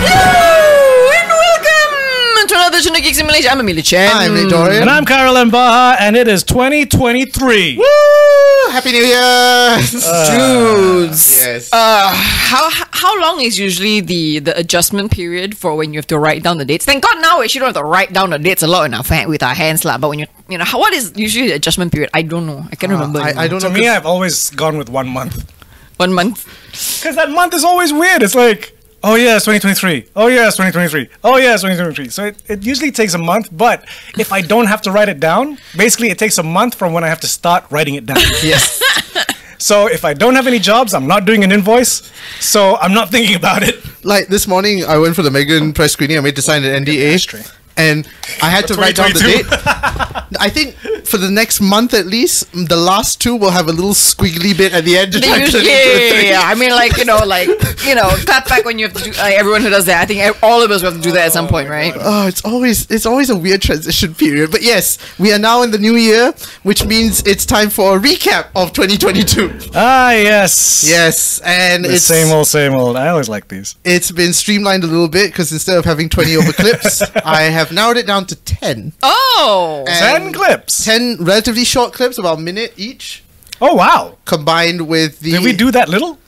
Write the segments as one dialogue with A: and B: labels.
A: and welcome to another edition of Geeks in Malaysia. I'm Amelia Chen.
B: Hi, Victoria.
C: And I'm Carolyn Baja, and it is 2023.
B: Woo! Happy New
C: Uh,
B: Year!
A: Dudes.
B: yes.
A: Uh, how how long is usually the the adjustment period for when you have to write down the dates? Thank God now we actually don't have to write down the dates a lot in our fa- with our hands lah. But when you you know how, what is usually the adjustment period? I don't know. I can't remember.
B: Uh, I,
A: anymore.
B: I don't
C: To
B: know.
C: me, I've always gone with one month.
A: One month.
C: Because that month is always weird. It's like, oh yeah, it's 2023. Oh yeah, it's 2023. Oh yeah, it's 2023. So it, it usually takes a month, but if I don't have to write it down, basically it takes a month from when I have to start writing it down.
B: yes.
C: so if I don't have any jobs, I'm not doing an invoice, so I'm not thinking about it.
B: Like this morning, I went for the
C: Oh.
B: Megan press screening. I made to sign an
C: true.
B: NDA, and I had to write down the
C: 2022.
B: date. I think for the next month at least, the last two will have a little squiggly bit at the end. to
A: They
B: type
A: usually,
B: it
A: yeah,
B: into
A: yeah,
B: the
A: yeah,
B: thing.
A: yeah. I mean, like you know, like you know, clap back when you have to. Do, like, everyone who does that, I think ev- all of us will have to do that at some point, right?
B: Oh, it's always it's always a weird transition period. But yes, we are now in the new year, which means it's time for a recap of 2022.
C: Ah, yes.
B: Yes, and
C: The
B: it's
C: same old, same old. I always like these.
B: it's been streamlined a little bit because instead of having 20 over clips, I have narrowed it down to 10.
A: Oh,
B: And
C: Ten clips.
B: 10 relatively short clips, about a minute each,
C: Oh wow.
B: combined with the.
C: Did we do that little?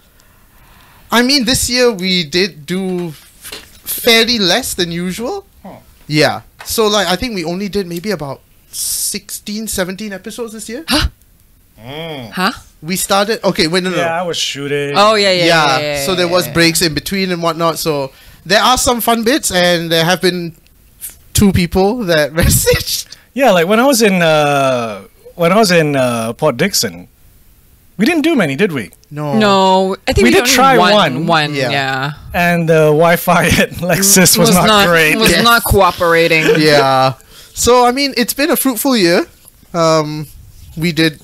B: I mean, this year we did do f- fairly less than usual. Yeah. So, like, I think we only did maybe about 16, 17 episodes this year.
A: huh?
B: We started. Okay, wait, no, no.
C: Yeah, I was shooting.
A: Oh yeah, yeah, yeah.
B: yeah,
A: yeah, yeah,
B: so there
A: yeah,
B: was
A: yeah.
B: breaks in between and whatnot so there are some fun bits and there have been two people that messaged
C: Yeah, like when I was in uh, when I was in uh, Port Dixon, we didn't do many, did we?
B: no
A: No, I think we,
C: Oh. We did
A: only
C: try
A: one.
C: one.
A: One, yeah,
B: Yeah.
C: And the Wi-Fi at Lexus was, not, great.
A: Was
B: Yes.
A: not cooperating.
B: yeah so i mean it's been a fruitful year um we did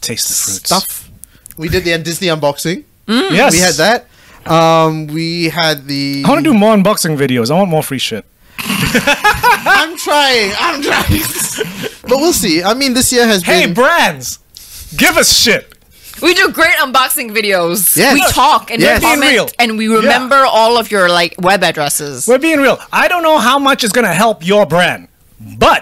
C: Taste the fruits.
B: stuff we did the disney unboxing
C: Yes,
B: we had that um we had the
C: I want to do more unboxing videos. I want more free shit.
B: i'm trying i'm trying but we'll see i mean this year has
C: Hey,
A: Mm.
B: been
C: brands, give us shit.
A: We do great unboxing videos.
B: Yes.
A: We talk and we
B: Yes.
A: comment
C: Unreal.
A: and we remember all of your like web addresses.
C: We're being real. I don't know how much is gonna help your brand, but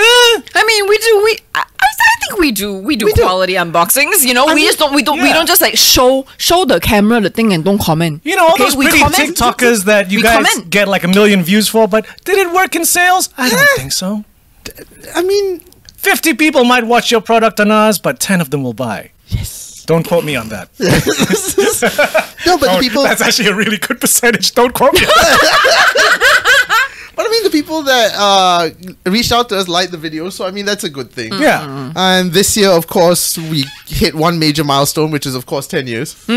C: eh,
A: I mean, we do. We I, I I think we do. We do quality unboxings. You know, we just don't. We don't. We
C: yeah.
A: don't just like show show the camera the thing and don't comment.
C: you know all
A: Okay?
C: those
A: We
C: pretty
A: comment.
C: TikTokers that you
A: We
C: guys
A: comment.
C: get like a million views for. But did it work in sales? I
A: Eh.
C: don't think so.
B: i mean
C: 50 people might watch your product on ours, but 10 of them will buy. Yes. Don't quote me on that.
B: no but the
C: Don't-
B: people Uh,
C: That's actually a really good percentage. Don't quote me on that.
B: But I mean, the people that uh, reached out to us liked the video, so I mean, that's a good thing.
C: Mm. yeah.
B: And this year, of course, we hit one major milestone, which is, of course, 10 years.
C: Hmm.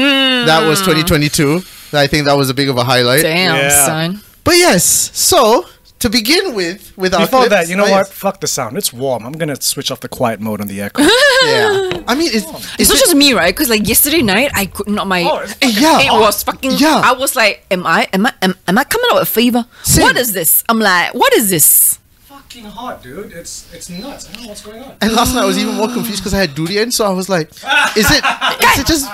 B: That was 2022. I think that was a big of a highlight.
A: Damn,
C: Yeah.
A: son.
B: But yes, so to begin with, with our
C: Before
B: clips-
C: that, you know
B: oh,
C: what?
B: yes.
C: Fuck the sound. It's warm. I'm going to switch off the quiet mode on the echo.
B: Yeah. I mean, it's,
A: Oh. It's
B: it's
A: not just me, right? Because like yesterday night, I could not my.
C: Oh, it's
B: Eh, yeah.
A: It was fucking.
B: Yeah.
A: I was like, am I? Am I? Am, am I coming out with fever?
B: Same.
A: What is this? I'm like, what is this?
C: Fucking hot, dude. It's it's nuts. I don't know what's going on.
B: And last night I was even more confused because I had durian, so I was like, "Is it? Is it just?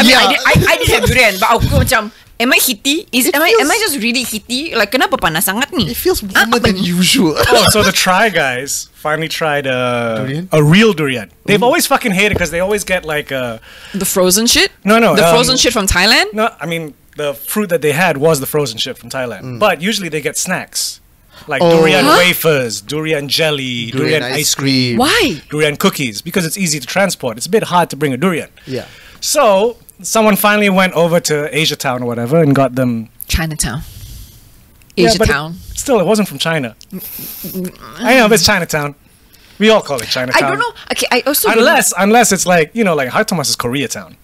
A: I mean,
B: yeah,
A: I, did, I, I didn't have durian, but aku macam, am I heaty? Is
B: It
A: am I am I
B: feels-
A: just really heaty? Like kenapa panas sangat ni?
B: it feels
A: Ah, apa
B: warmer than
A: ni?
B: usual."
C: Oh, so the Try Guys finally tried uh,
B: Durian?
C: a real durian. They've always fucking hated because they always get like uh,
A: The frozen shit?
C: No, no,
A: The
C: um,
A: frozen shit from Thailand?
C: No, I mean the fruit that they had was the frozen shit from Thailand. But usually they get snacks like
B: Oh.
C: durian
A: Huh?
C: wafers, durian jelly, durian, ice, cream,
A: Why?
C: durian cookies because it's easy to transport. It's a bit hard to bring a durian.
B: Yeah.
C: So someone finally went over to Asia Town or whatever and got them.
A: Chinatown.
C: Yeah,
A: Asia
C: but it-
A: Town.
C: still, it wasn't from China. I know but it's Chinatown. We all call it
A: I
C: Chinatown.
A: don't know. Okay, I also don't
C: Unless, unless it's like you know, like Hartomas is Koreatown.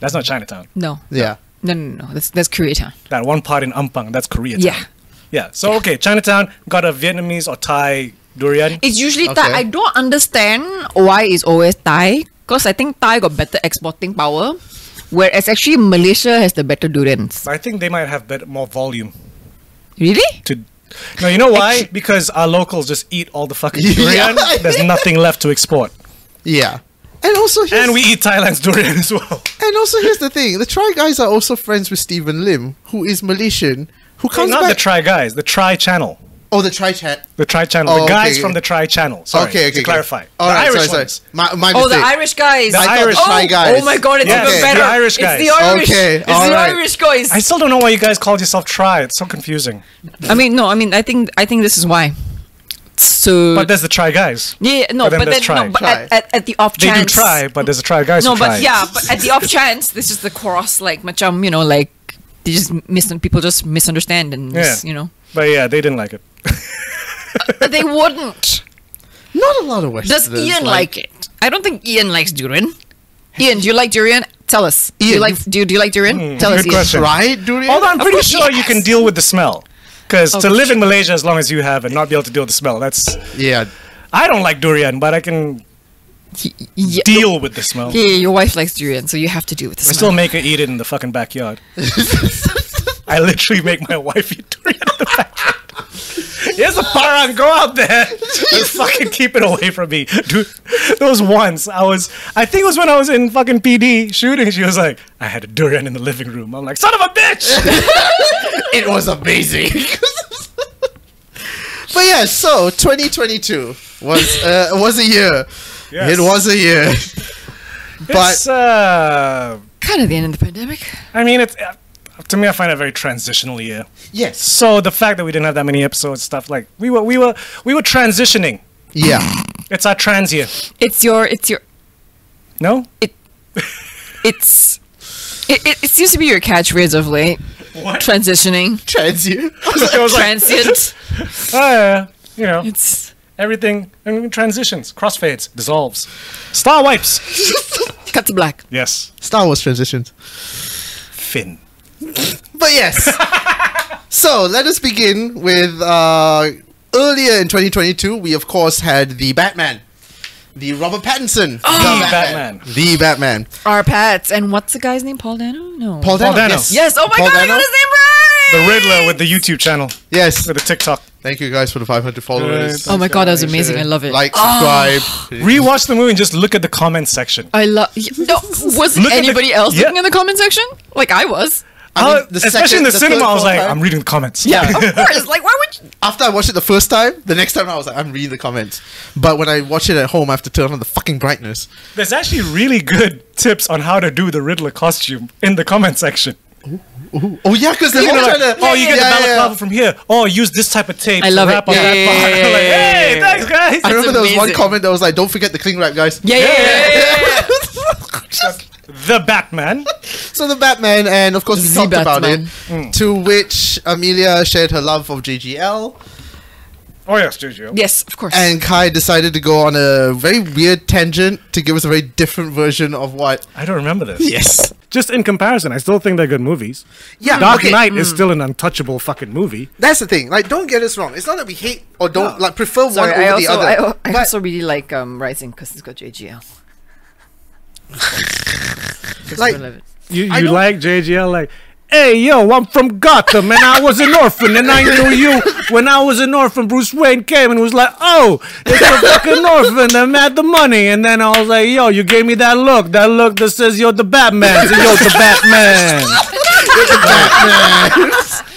C: That's not Chinatown.
A: know. no.
B: Yeah.
A: No, no, no. That's that's Koreatown.
C: That one part in Ampang, that's Koreatown.
A: Yeah.
C: Yeah. So okay, Chinatown got a Vietnamese or Thai durian.
A: It's usually
B: Okay.
A: Thai. I don't understand why it's always Thai. Because I think Thai got better exporting power, whereas actually Malaysia has the better durians.
C: I think they might have better, more volume
A: Really?
C: to. No, you know why? Because our locals just eat all the fucking
B: Yeah.
C: durian. There's nothing left to export,
B: Yeah. And also, here's,
C: and we eat Thailand's durian as well.
B: and also here's the thing: the Try Guys are also friends with Stephen Lim, who is Malaysian, who comes
C: Not
B: back.
C: the Try Guys, the Try Channel,
B: oh, the Try Chat.
C: the Try Channel,
B: Oh,
C: the
B: okay,
C: guys
B: okay.
C: from the Try Channel. Sorry,
B: okay, okay. okay.
C: to clarify,
B: All
C: the
B: right,
C: Irish
B: sorry,
C: ones.
B: sorry. My, my
A: Oh, the
B: mistake.
A: Irish guys.
C: The
B: I thought
C: Irish
B: the
A: oh,
B: Try Guys.
A: oh my god, it's
C: Yes,
A: even
C: the
A: better.
C: Irish guys.
A: It's the Irish.
B: Okay,
A: it's the
B: alright.
A: Irish guys.
C: I still don't know why you guys called yourself Try. It's so confusing.
A: I mean, no, I mean, I think, I think this is why. So,
C: But there's the Try Guys.
A: yeah, no,
C: but then
A: but
C: there's
A: then,
C: try.
A: no, but
B: Try.
A: at, at, at the off
C: They
A: chance,
C: do try, but there's a Try Guys.
A: No,
C: who
A: but
C: tries.
A: yeah, but at the off chance, this is the cross, like, macam, you know, like they just mis- people just misunderstand and
C: Yeah.
A: mis- you know,
C: But yeah, they didn't like it.
A: but they wouldn't.
B: Not a lot of Westerners.
A: Does Ian like, it? I don't think Ian likes durian. Ian, do you like durian? Tell us. do you
B: Ian,
A: like do you, do you like durian? Tell
C: Hmm,
A: us.
C: good
A: Ian.
C: question.
B: Right, durian.
C: Although I'm
A: Of
C: pretty
A: course
C: sure you
A: yes.
C: can deal with the smell. Because
A: Oh,
C: to live
A: shit.
C: in Malaysia as long as you have and not be able to deal with the smell, that's.
B: Yeah.
C: I don't like durian, but I can
A: He- yeah,
C: deal with the smell.
A: Yeah, your wife likes durian, so you have to do with
C: I
A: this.
C: still make her eat it in the fucking backyard. I literally make my wife eat durian in the backyard. Here's a parang, go out there and fucking keep it away from me. Dude, there was once I was, I think it was when I was in fucking PD shooting, she was like, I had a durian in the living room. I'm like, son of a bitch!
B: It was amazing. but yeah, so 2022 was uh, was a year.
C: Yes.
B: It was a year.
C: It's, uh,
A: kind of the end of the pandemic.
C: I mean, it's uh, to me. I find it very transitional year.
B: Yes.
C: So the fact that we didn't have that many episodes, stuff like we were, we were, we were transitioning.
B: Yeah.
C: It's our trans year.
A: It's your. It's your.
C: No,
A: It's. It, it, it seems to be your catchphrase of late.
C: what?
A: Transitioning,
B: Trans you.
C: I was like,
A: transient.
C: oh, yeah, you know,
A: It's
C: everything I mean, transitions, crossfades, dissolves, star wipes.
A: cut to black.
C: Yes,
B: Star Wars transitions.
C: Finn.
B: But yes. so let us begin with uh, earlier in 2022. We of course had the Batman, the Robert Pattinson,
C: The Batman.
B: the Batman,
A: Our pets and what's the guy's name? Paul Dano? No.
B: Paul Dano.
C: Paul Dano.
B: Yes.
A: Yes. Oh my
B: Paul
A: god!
B: Dano?
A: I got his name right.
C: The Riddler with the YouTube channel,
B: Yes.
C: with the TikTok.
B: Thank you guys for the 500 followers.
A: Oh my god, that was amazing. I love it. Ah.
B: Like, subscribe.
C: Rewatch the movie and just look at the comment section.
A: I love. No, was
C: Look at the-
A: anybody else
C: yeah.
A: looking in the comment section? Like I was.
B: I mean,
C: Uh, especially in the,
B: second-
C: cinema,
B: third,
C: I was
B: fourth
C: like,
B: time-
C: I'm reading the comments.
A: Yeah, of course. Like why would? You?
B: after I watched it the first time, the next time I was like, I'm reading the comments. But when I watch it at home, I have to turn on the fucking brightness.
C: There's actually really good tips on how to do the Riddler costume in the comment section.
B: Ooh. Oh yeah, because they're
C: You
B: all
C: know, like,
B: trying to.
C: oh, you get
B: yeah,
C: the
B: yeah,
C: balaclava from here. Oh, use this type of tape.
A: I
C: to
A: love it.
C: wrap up
A: Yeah,
C: that
A: yeah,
C: part.
A: yeah,
C: Like,
A: yeah,
C: hey,
A: yeah,
C: thanks, guys.
B: I remember there was one
A: amazing.
B: comment that was like, "Don't forget the cling wrap, guys."
A: Yeah, yeah, yeah, yeah, yeah, yeah.
C: The Batman.
B: So the Batman, and of course we
A: The
B: talked about it.
A: Batman. Mm.
B: To which Amelia shared her love of JGL,
C: Oh yes, Juju.
A: Yes, of course.
B: and Kai decided to go on a very weird tangent to give us a very different version of what.
C: I don't remember this.
B: Yes.
C: Just in comparison, I still think they're good movies.
B: Yeah,
C: Dark
B: okay. Mm.
C: Knight is still an untouchable fucking movie.
B: That's the thing. Like, don't get us wrong. It's not that we hate or don't like prefer
A: Sorry,
B: one
A: I
B: over
A: also,
B: the other.
A: I, I
B: but-
A: also really like um, Rising because it's got JGL. Just
B: Like-
A: love it.
D: You,
B: I
D: you
B: don't-
D: like JGL like, hey yo, I'm from Gotham and I was an orphan and I knew you when I was an orphan. Bruce Wayne came and was like, oh, it's a fucking orphan that had the money. And then I was like, yo, you gave me that look, that look that says you're the Batman, so you're the Batman.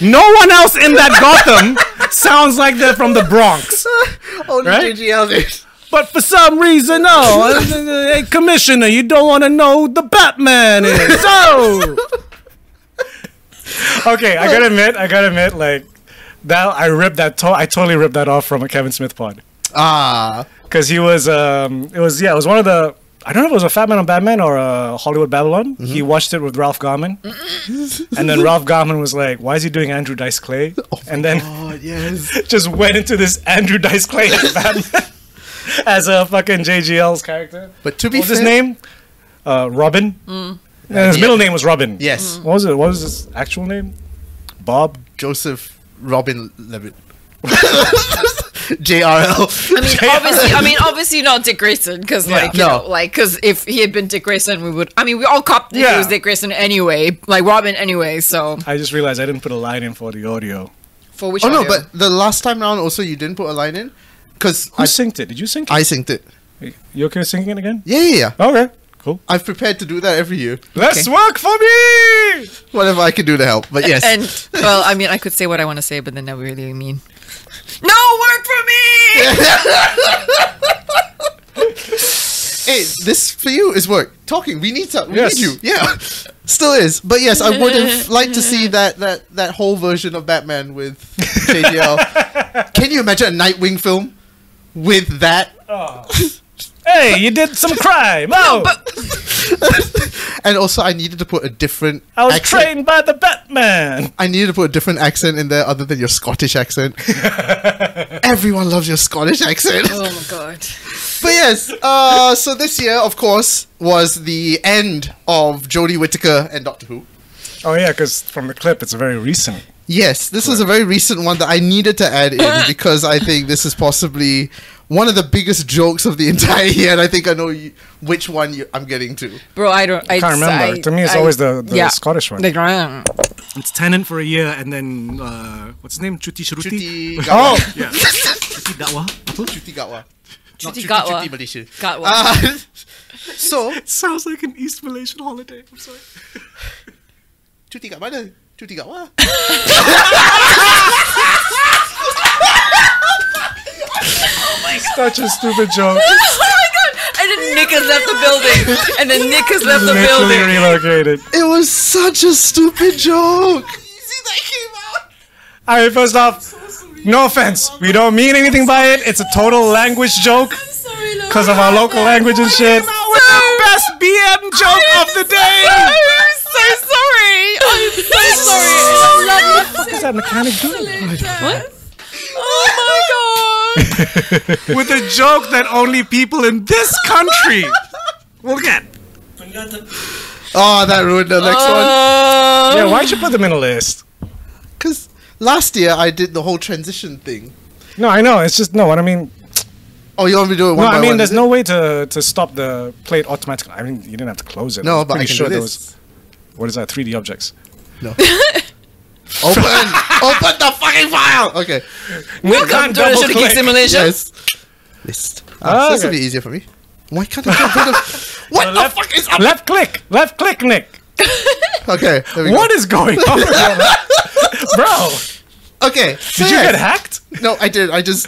D: no one else in that Gotham sounds like they're from the Bronx.
B: Only
D: Right?
B: JGL did.
D: But for some reason, no. hey, Commissioner, you don't want to know who the Batman is. So.
C: Okay, I gotta admit, I gotta admit, like that I ripped that. To- I totally ripped that off from a Kevin Smith pod
B: Ah,
C: because he was. Um, it was yeah, it was one of the. I don't know if it was a Fat Man on Batman or a Hollywood Babylon.
D: Mm-hmm.
C: He watched it with Ralph Garman, and then Ralph Garman was like, "Why is he doing Andrew Dice Clay?" and then
B: oh yes.
C: just went into this Andrew Dice Clay as Batman as a fucking JGL's character.
B: But to
C: What
B: be
C: was his
B: fair- Mm. Uh,
C: name? Uh, Robin. And his middle name was Robin. Mm.
B: Yes.
C: What was it? What was his actual name? Bob.
B: Joseph Robin Levitt. JRL.
A: I mean, obviously, I mean, obviously not Dick Grayson, because like,
B: No.
A: you know, like, because if he had been Dick Grayson, we would. I mean, we all copped that
C: Yeah.
A: it was Dick Grayson anyway, like Robin anyway. So
C: I just realized I didn't put a line in for the audio.
A: for which?
B: oh no,
A: audio?
B: but the last time round also you didn't put a line in because
C: Who
B: I,
C: synced it? Did you sync it?
B: I synced it.
C: you okay with syncing it again?
B: Yeah, yeah, yeah.
C: Okay, cool.
B: I've prepared to do that every year.
C: Let's work for me.
B: Whatever I can do to help. But yes.
A: And well, I mean, I could say what I want to say, but then that would really mean no work for me.
B: hey, this for you is work. Talking. We need to. We
C: Yes.
B: need you. Yeah. Still is. But yes, I would have liked to see that that that whole version of Batman with JDL. Can you imagine a Nightwing film with that?
C: Hey, you did some crime. Oh,
B: And also, I needed to put a different.
C: I was
B: accent.
C: trained by the Batman.
B: I needed to put a different accent in there other than your Scottish accent. Everyone loves your Scottish accent.
A: Oh my god.
B: But yes, uh, so this year, of course, was the end of Jodie Whittaker and Doctor Who.
C: Oh yeah, because from the clip, it's very recent.
B: Yes, this was a very recent one that I needed to add in because I think this is possibly one of the biggest jokes of the entire year, and I think I know you, which one you, I'm getting to.
A: Bro, I don't. I
C: Can't remember.
A: I-
C: To me, it's
A: I-
C: always the- the Scottish one.
A: The ground.
D: It's Tennant for a year, and then uh, what's his name? Chuti Shruti. Oh!
B: Chuti Gawa.
D: yeah. Chuti Dakwa. Apa?
B: Chuti Gawa. Not
A: Chuti Gatwa.
B: Chuti Malaysia.
A: Got one.
B: Uh, so,
D: Sounds like an East Malaysian holiday. I'm sorry.
B: Cuti kat mana? Cuti kat mana?
C: Such a stupid joke.
A: oh my god! And then Nick has left the building. And then Nick has left the
C: Literally
A: building.
C: relocated.
B: It was such a stupid joke.
C: I mean, first off, no offense. We don't mean anything by it. It's a total language joke because of our local language and shit. Best BM joke of the day.
A: Oh, I'm so sorry. I'm so sorry. I love
C: What is that mechanic doing?
A: What? Oh my god!
D: With a joke that only people in this country will get.
B: Oh, that ruined the next
A: Uh.
B: one.
A: Oh.
C: Yeah, why'd you put them in a list?
B: Because last year I did the whole transition thing.
C: No, I know. It's just no. What I mean,
B: Oh, you want me to do it one
C: no.
B: by
C: I mean,
B: one,
C: there's
B: is
C: no
B: it?
C: way to to stop the plate automatically. I mean, you didn't have to close it.
B: No,
C: I'm
B: but I
C: pretty
B: can
C: sure
B: do
C: there
B: this.
C: was. What is that? 3D objects.
B: Open, open the fucking file. Okay.
A: Welcome to the Shuriken
C: double-click.
A: Simulation.
B: Yes. List. Oh,
C: Ah,
B: This will
C: okay.
B: be easier for me. Why can't I get rid of? What the
C: left-
B: fuck is up?
C: Left click. Left click, Nick.
B: Okay. There we
C: What is going on, bro?
B: Go. Okay.
C: Did you get hacked?
B: No, I did. I just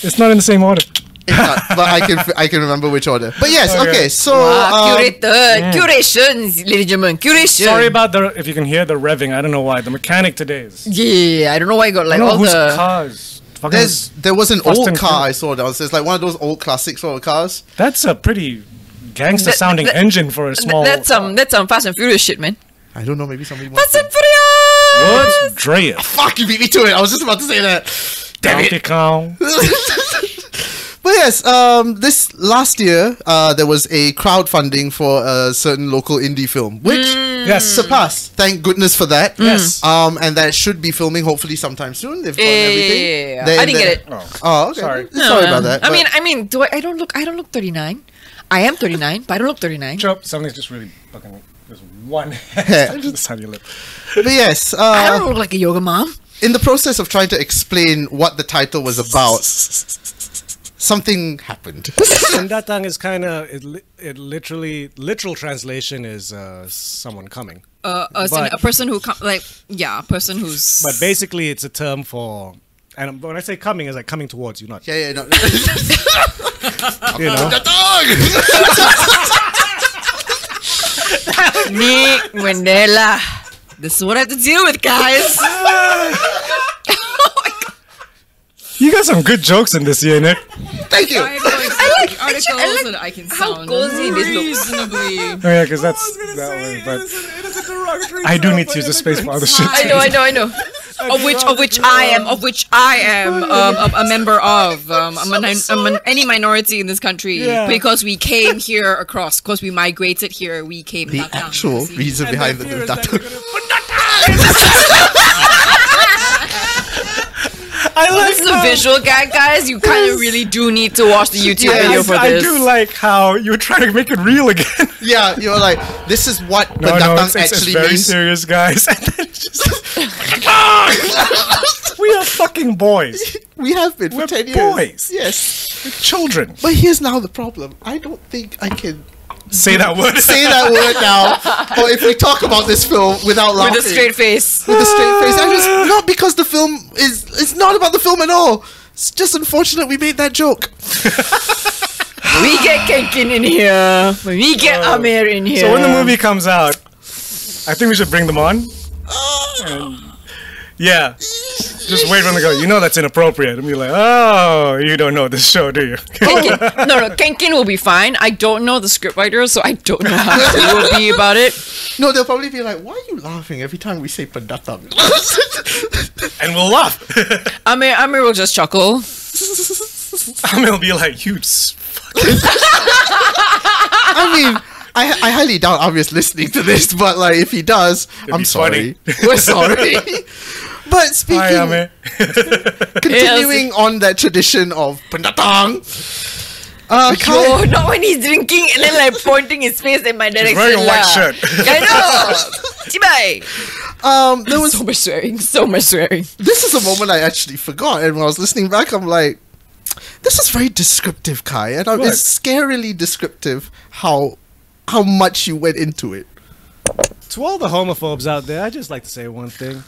C: It's not in the same order.
B: it's not, but I can I can remember which order. But yes.
C: Okay.
B: Okay. so.
A: Ah,
B: um,
A: curated. Curations, ladies and gentlemen. Curation.
C: Mm. Sorry about the if you can hear the revving. I don't know why. The mechanic today is.
A: Yeah, I don't know why I got
C: I
A: like
C: don't know
A: all
C: whose
A: the.
C: car is fucking-
B: There's there was an
C: Fast
B: old
C: and
B: car I
C: Furious.
B: saw downstairs, like one of those old classic sort of cars.
C: that's a pretty gangster
A: That-
C: sounding
A: that-
C: engine for a small.
A: That's um, that's um, Fast and Furious shit, man.
B: I don't know, maybe somebody. Wants
A: Fast
B: to-
A: and Furious.
C: What's Drea?
B: Fuck, you beat me to it. I was just about to say that. Damn
C: Donkey
B: it.
C: Kong.
B: But yes, um, this last year uh, there was a crowdfunding for a certain local indie film, which
C: Yes.
A: Mm.
B: surpassed. Thank goodness for that.
C: Yes.
B: Um, and that should be filming hopefully sometime soon. They've gotten
A: Yeah, yeah,
B: everything.
A: yeah, yeah.
B: They-
A: I didn't
B: they-
A: get it.
C: Oh.
B: Oh, okay.
C: Sorry.
B: Sorry, Sorry about
A: Um,
B: that.
A: I
B: but-
A: mean, I mean, do I? I don't look. I don't look thirty nine. I am thirty nine, but I don't look thirty nine.
C: Joe, something's just really fucking. There's one hand on the side of your lip.
B: but yes, uh,
A: I don't look like a yoga mom.
B: in the process of trying to explain what the title was about, something happened.
D: Sundatang is kind of it, li- it. Literally, literal translation is uh, someone coming.
A: Uh, uh, so
D: But-
A: a person who com- like yeah, a person who's
D: But basically, it's a term for. And when I say coming, it's like coming towards you, not
B: yeah, yeah, no.
D: you know.
A: Nick Mandela. This is what I have to deal with, guys.
C: You got some good jokes in this year, Nick. Oh,
B: Thank you.
A: I like articles
E: I like
A: and I can
E: how cozy this looks.
C: Oh yeah, because that's that way. But I do need to use the space for other shit.
A: I know, I know, I know. Of which, of which I am, of which I am um, a, a member of. Um, I'm, a, min- I'm an- any minority in this country
C: Yeah.
A: because we came here across, because we migrated here. We came
B: The
A: back down.
B: actual
A: See?
B: reason behind the
D: Fear is that
B: Dutatu.
D: they're gonna-
C: I like
A: This is a
C: how-
A: visual gag, guys. You kind of really do need to watch the YouTube
B: Yes,
A: video for
C: I,
A: this.
C: I do like how you're trying to make it real again.
B: Yeah, you're like, this is what
C: No, no, it's,
B: pendatang
C: it's, it's
B: actually
C: very
B: means.
C: serious, guys. And then it's just- we are fucking boys,
B: We have been for
C: We're
B: 10 years.
C: boys.
B: Yes.
C: We're children.
B: But here's now the problem. I don't think I can
C: Say that word.
B: say that word now, or if we talk about this film without laughing.
A: with a straight face.
B: With a straight face. I just, not because the film is, it's not about the film at all. It's just unfortunate we made that joke.
A: we get Kenkin in here. We get Amir in here.
C: So when the movie comes out, I think we should bring them on. And- yeah. Just wait for them to go, you know that's inappropriate. And be like, oh, you don't know this show, do you?
A: Kenkin, no, no, Kenkin will be fine. I don't know the scriptwriter, so I don't know how they will be about it.
B: No, they'll probably be like, why are you laughing every time we say pendatang?
C: and we'll laugh.
A: Amir, Amir will just chuckle.
C: and they'll be like, you s-
B: I mean, I, I highly doubt Amir listening to this, but like if he does, I'm
C: be
B: sorry.
C: funny.
B: We're sorry. but speaking,
C: Hi, Ame.
B: continuing on that tradition of pendatang, uh, Kai,
A: No, not when he's drinking and then like pointing his face in my direction.
C: wearing a white
A: lah.
C: shirt.
A: I know. Chibai.
B: um, there was
A: So much swearing. So much swearing.
B: this is a moment I actually forgot, and when I was listening back, I'm like, this is very descriptive, Kai, and I,
C: What?
B: it's scarily descriptive how how much you went into it.
D: To all the homophobes out there, I just like to say one thing.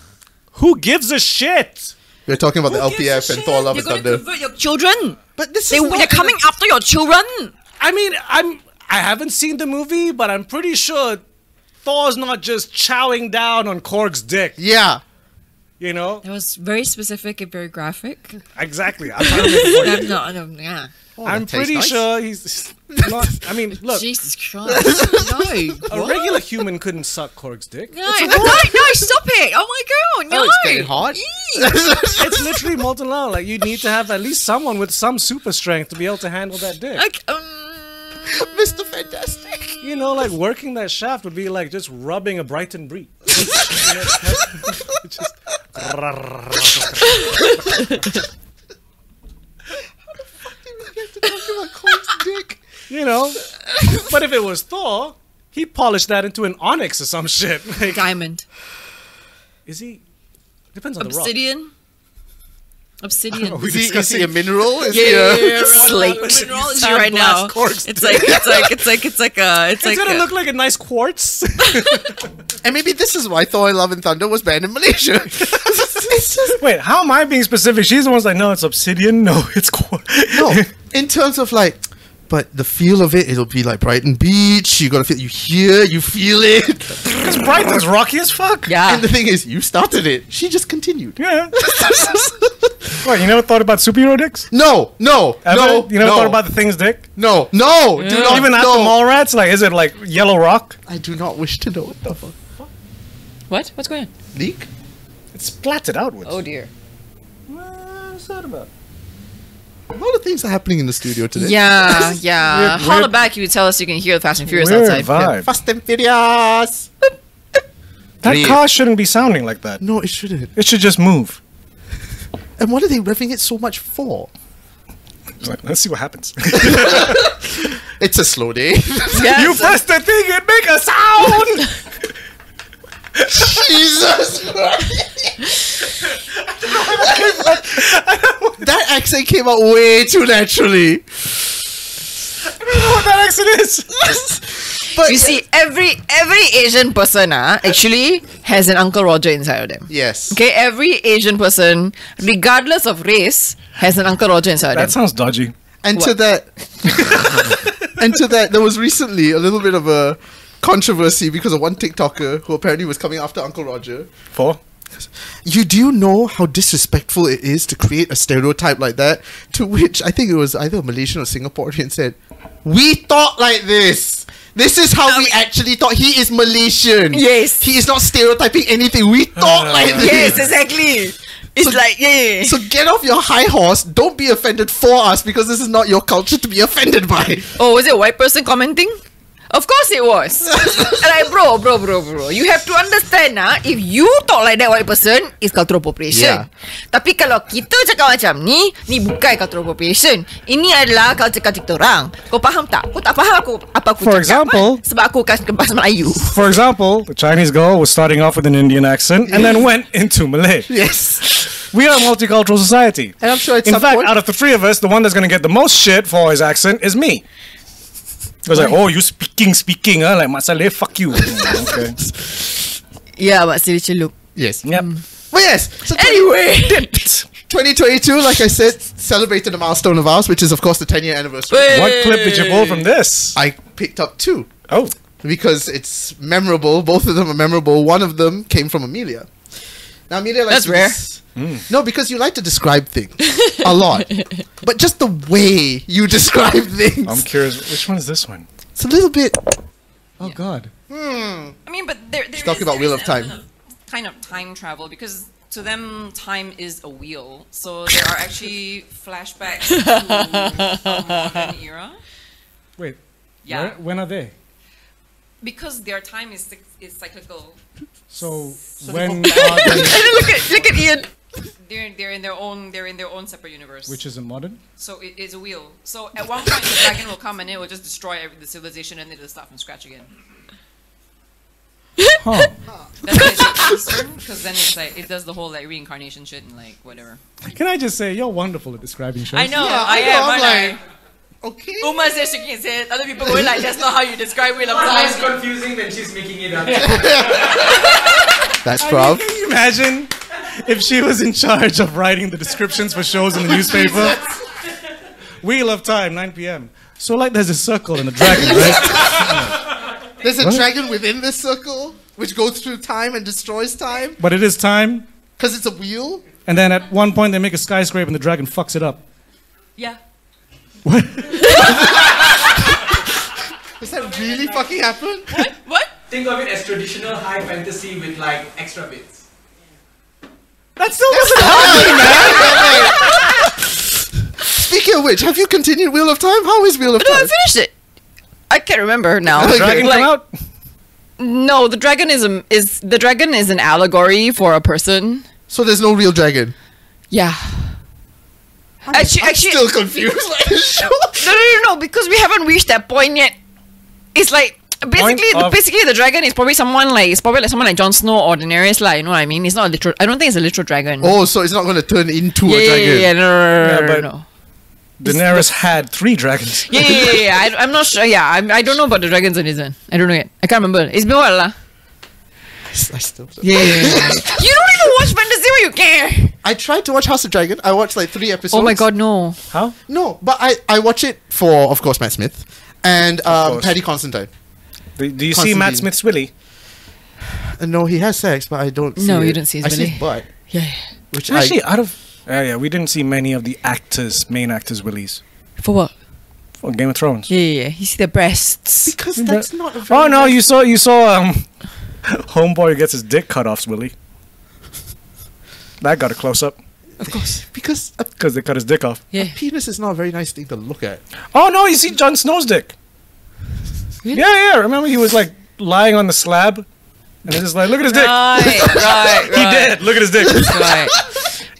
D: Who gives a shit?
B: we are talking about the LPF and Thor Love
A: You're going
B: and Thunder.
A: to convert your children.
B: But this
A: They,
B: is not
A: they're coming after your children.
D: I mean, I'm I haven't seen the movie, but I'm pretty sure Thor's not just chowing down on Korg's dick.
B: Yeah.
D: You know
A: It was very specific and very graphic.
D: exactly. I'm, trying to make a point.
A: I'm not, I'm, yeah.
D: I'm
B: Oh, that tastes
D: pretty
B: nice.
D: sure he's not. I mean, look,
A: Jesus Christ. no.
D: a regular human couldn't suck Korg's dick.
A: No, no, no, stop it. Oh my god, no.
B: it's getting hot.
A: Eek.
D: It's literally molten lava. Like you need to have at least someone with some super strength to be able to handle that dick.
A: like, um,
B: Mr. Fantastic.
D: You know, like working that shaft would be like just rubbing a Brighton breed.
B: dick.
D: you know. But if it was Thor, he polished that into an onyx or some shit. Like,
A: diamond.
D: is he? Depends on
A: Obsidian. Obsidian.
D: the rock.
B: Is he, is he a mineral? Is
A: Yeah,
B: he
A: yeah,
B: a-
A: yeah, yeah. slate mineralogy right now. It's like it's like it's like it's like a it's like
D: It's gonna
A: a,
D: look like a nice quartz.
B: And maybe this is why Thor Love and Thunder was banned in Malaysia. it's just,
C: Wait, how am I being specific? She's the one's like, no, it's obsidian. No, it's qu-
B: no, in terms of like, but the feel of it, it'll be like Brighton Beach. You gotta feel, you hear, you feel it.
C: Because Brighton's rocky as fuck.
A: yeah.
B: And the thing is, you started it. She just continued.
C: Yeah. what, you never thought about superhero dicks?
B: No, no,
C: Ever?
B: no,
C: You never
B: no,
C: thought about the thing's dick?
B: no, no, do not,
C: Even after
B: no.
C: Mallrats? Like, is it like Yellow Rock?
B: I do not wish to know what the fuck.
A: What? What's going on?
B: Leak?
C: It's splatted outwards.
A: Oh dear.
C: What's that about?
B: A lot of things are happening in the studio today.
A: Yeah, uh, yeah.
C: Weird-
A: Holler
C: weird-
A: back, you would tell us you can hear the Fast and Furious
C: Weird
A: outside.
C: vibe.
B: Fast and Furious.
C: That
B: Weird.
C: car shouldn't be sounding like that.
B: No, it shouldn't.
C: It should just move.
B: And what are they revving it so much for?
C: It's like, Let's see what happens.
B: It's a slow day.
A: Yes.
C: you press the thing, it make a sound.
B: Jesus Christ. that accent came out way too naturally.
C: what that accent is?
B: But
A: You see, every every Asian person ah, actually has an Uncle Roger inside of them.
B: yes.
A: Okay, every Asian person, regardless of race, has an Uncle Roger inside of
C: That
A: them.
C: sounds dodgy.
B: And to that, and to that, there was recently a little bit of a controversy because of one TikToker who apparently was coming after Uncle Roger.
C: Four.
B: You do know how disrespectful it is to create a stereotype like that. To which I think it was either a Malaysian or Singaporean said, "We thought like this. This is how we actually thought. He is Malaysian.
A: Um, Yes.
B: he is not stereotyping anything. We thought like
A: Yes,
B: this.
A: exactly. It's like yeah, yeah, yeah.
B: So get off your high horse. Don't be offended for us because this is not your culture to be offended by.
A: Oh, was it a white person commenting? Of course it was. and I, bro, bro, bro, bro. You have to understand ah, if you talk like that white person, it's cultural appropriation.
B: Yeah.
A: Tapi kalau kita cakap macam ni, ni bukan cultural appropriation. Ini adalah culture culture kita orang. Kau faham tak? Kau tak faham aku apa aku
C: For
A: cakap,
C: example-
A: kan? sebab aku kan bahasa Melayu.
C: For example, the Chinese girl was starting off with an Indian accent and then went into Malay.
B: Yes.
C: We are a multicultural society.
B: And I'm sure at
C: In
B: some
C: fact,
B: point-
C: out of the three of us, the one that's going to get the most shit for his accent is me. It was like, oh, you speaking, speaking, huh? Like, Masale, fuck you. okay.
A: Ya, yeah, Mak Siri Celuk.
B: Yes.
C: Yep.
B: But yes. So
A: Anyway.
B: 2022, like I said, celebrated a milestone of ours, which is of course the 10 year anniversary.
C: What clip did you pull from this?
B: I picked up two
C: Oh.
B: because it's memorable. Both of them are memorable. One of them came from Amelia. Now Amelia
A: That's
B: likes to
A: rare.
B: des- No, because you like to describe things a lot, but just the way you describe things,
C: I'm curious, which one is this one?
B: it's a little bit. Oh God.
A: I mean, but there, there
B: talking
A: is-
B: about
A: there
B: Wheel
A: is
B: of Time.
A: an element of Kind of time travel because to them time is a wheel, so there are actually flashbacks to um, modern era.
D: Wait.
A: Yeah.
D: where- when are they?
A: Because their time is cyc- is cyclical.
D: So, when are they?
A: look at look at Ian. They're, they're in their own they're in their own separate universe.
D: Which isn't modern.
A: so it is a wheel. So at one point the dragon will come and it will just destroy every, the civilization and it'll start from scratch again.
D: Huh.
A: That's why it's faster because then it's like it does the whole like reincarnation shit and like whatever.
D: Can I just say you're wonderful at describing shows?
A: I know
B: Yeah,
A: I,
B: I know,
A: am.
B: I'm
A: aren't I?
B: like- Okay.
A: Uma says shaking his head. Other people going like, that's not how you describe Wheel of Time.
E: confusing when she's making it up.
B: That's prob.
C: Can you imagine if she was in charge of writing the descriptions for shows in the newspaper? Wheel of Time, 9 p.m. So, like, there's a circle and a dragon, right?
B: There's a dragon within this circle which goes through time and destroys time
C: but it is time,
B: because it's a wheel.
C: and then at one point they make a skyscraper and the dragon fucks it up.
A: Yeah.
B: Does that really fucking happen?
A: What?
E: Think of it as traditional high fantasy with like extra bits.
C: That still doesn't
B: Speaking of which, have you continued Wheel of Time? How is Wheel of
A: No, I
B: Time?
A: finished it. I can't remember now.
B: Okay.
C: dragon
A: Like-
C: come out.
A: No, the dragon is a, is the dragon is an allegory for a person.
B: So there's no real dragon.
A: Yeah. actually, actually,
B: Still confused.
A: no, no, no, no, because we haven't reached that point yet. It's like basically,
C: of-
A: basically, the dragon is probably someone like it's probably like someone like Jon Snow or Daenerys, like you know what I mean? It's not a literal. I don't think it's a literal dragon.
B: oh, so it's not going to turn into
A: yeah,
B: a
A: yeah, yeah,
B: dragon.
A: yeah, no, no, no, no,
C: Yeah, but-
A: no, no.
C: Daenerys had three dragons.
A: yeah, yeah, yeah. yeah. I, I'm not sure. Yeah, I'm, I don't know about the dragons and isn't. I don't know yet. I can't remember. It's been a while. lah.
B: I, still don't-
A: Yeah, yeah, yeah. you don't even watch fantasy when you care.
B: I tried to watch House of Dragon. I watched like three episodes.
A: Oh my god, no.
C: How?
B: No, but I, I watch it for, of course, Matt Smith and um,
C: course.
B: Paddy Constantine.
C: Do, do you see
B: Constantine.
C: Matt Smith's Willy?
B: And Uh, no, he has sex, but I don't. see
A: No, you
B: it.
A: don't see his
B: I see
A: belly.
B: his butt,
A: Yeah.
B: which
C: Actually,
B: I
C: out of yeah, yeah, we didn't see many of the actors, main actors, Willies
A: For what?
C: for Game of Thrones.
A: Yeah, yeah, yeah. You see the breasts.
B: because that's not. A very
C: Oh no, you saw you saw um, homeboy gets his dick cut off, Willy. That got a close up
B: Of course, because a
C: because they cut his dick off.
A: Yeah.
B: penis is not a very nice thing to look at.
C: Oh no, you see Jon Snow's dick.
A: Really?
C: Yeah, yeah. Remember he was like lying on the slab, and it's just like, look at his dick.
A: Right, right,
C: He did. Look at his dick.
A: Right.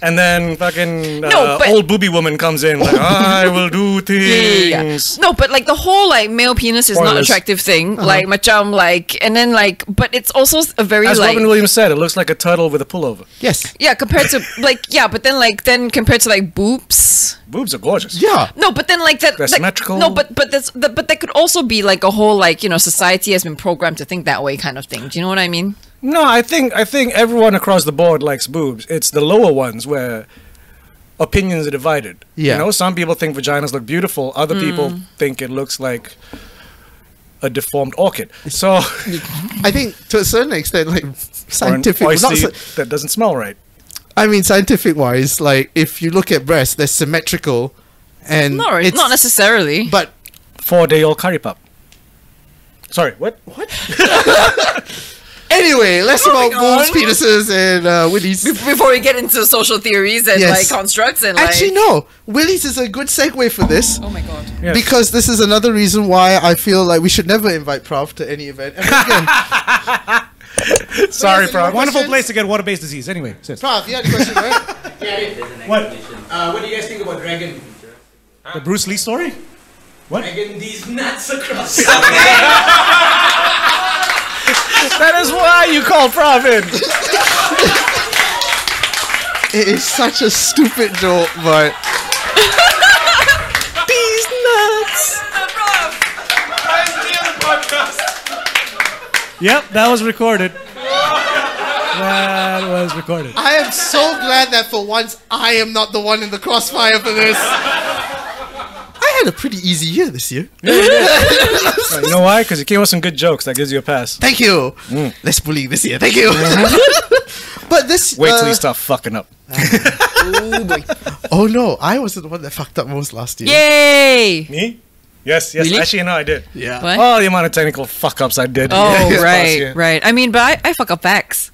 C: And then fucking uh,
A: No, but-
C: old booby woman comes in like, I will do things.
A: Yeah, yeah, yeah. No, but like the whole like male penis is not
C: Spoilers.
A: attractive thing. Like macam like and then like but it's also a very
C: As
A: like
C: Robin Williams said, it looks like a turtle with a pullover.
B: Yes.
A: yeah compared to like yeah but then like then compared to like boobs.
C: Boobs are gorgeous.
B: Yeah.
A: No, but then like that
C: They're
A: that-
C: symmetrical.
A: No, but but that's that, but that could also be like a whole like you know society has been programmed to think that way kind of thing. Do you know what I mean?
C: No, I think I think everyone across the board likes boobs. It's the lower ones where opinions are divided.
B: Yeah. Mm.
C: You know, some people think vaginas look beautiful. Other people think it looks like a deformed orchid. So
B: I think to a certain extent, like
C: or an
B: scientific. well,
C: oyster
B: not sci-
C: that doesn't smell right.
B: I mean, scientific wise, like if you look at breasts, they're symmetrical, and
A: Not really,
B: it's-
A: not necessarily.
B: But
C: Four day old curry pup. Sorry, what? What?
B: Anyway, less
A: Moving
B: about wolves,
A: on.
B: penises, and uh, willies.
A: Before we get into social theories and
B: Yes.
A: like constructs and like.
B: Actually, no. Willies is a good segue for this.
A: Oh my god.
C: Yes.
B: Because this is another reason why I feel like we should never invite Prof to any event ever again.
C: Sorry,
B: Yes, any
C: Prav.
B: more
C: Wonderful
B: questions?
C: place to get water-based disease. Anyway, sis.
B: Prof, you had a question, right?
C: What?
E: Uh, what do you guys think about Dragon?
C: The Bruce Lee story?
E: Dragon these nuts across.
C: That is why you call Pravin.
B: It is such a stupid joke, but
A: These nuts.
C: yep, that was recorded. That was recorded.
B: I am so glad that for once I am not the one in the crossfire for this. I had a pretty easy year this year.
C: You know why? Because you came with some good jokes. That gives you a pass.
B: Thank you.
C: Mm.
B: Less bullying this year. Thank you. but this.
C: Wait till
B: uh,
C: you stop fucking up.
B: Oh no, I was the one that fucked up most last year.
A: Yay!
C: Me? Yes, yes.
A: Really?
C: Actually, no, I did.
B: Yeah.
A: What?
C: Oh, the amount of technical fuck ups I did.
A: Oh,
C: this past year.
A: right, right. I mean, but I, I fuck up facts.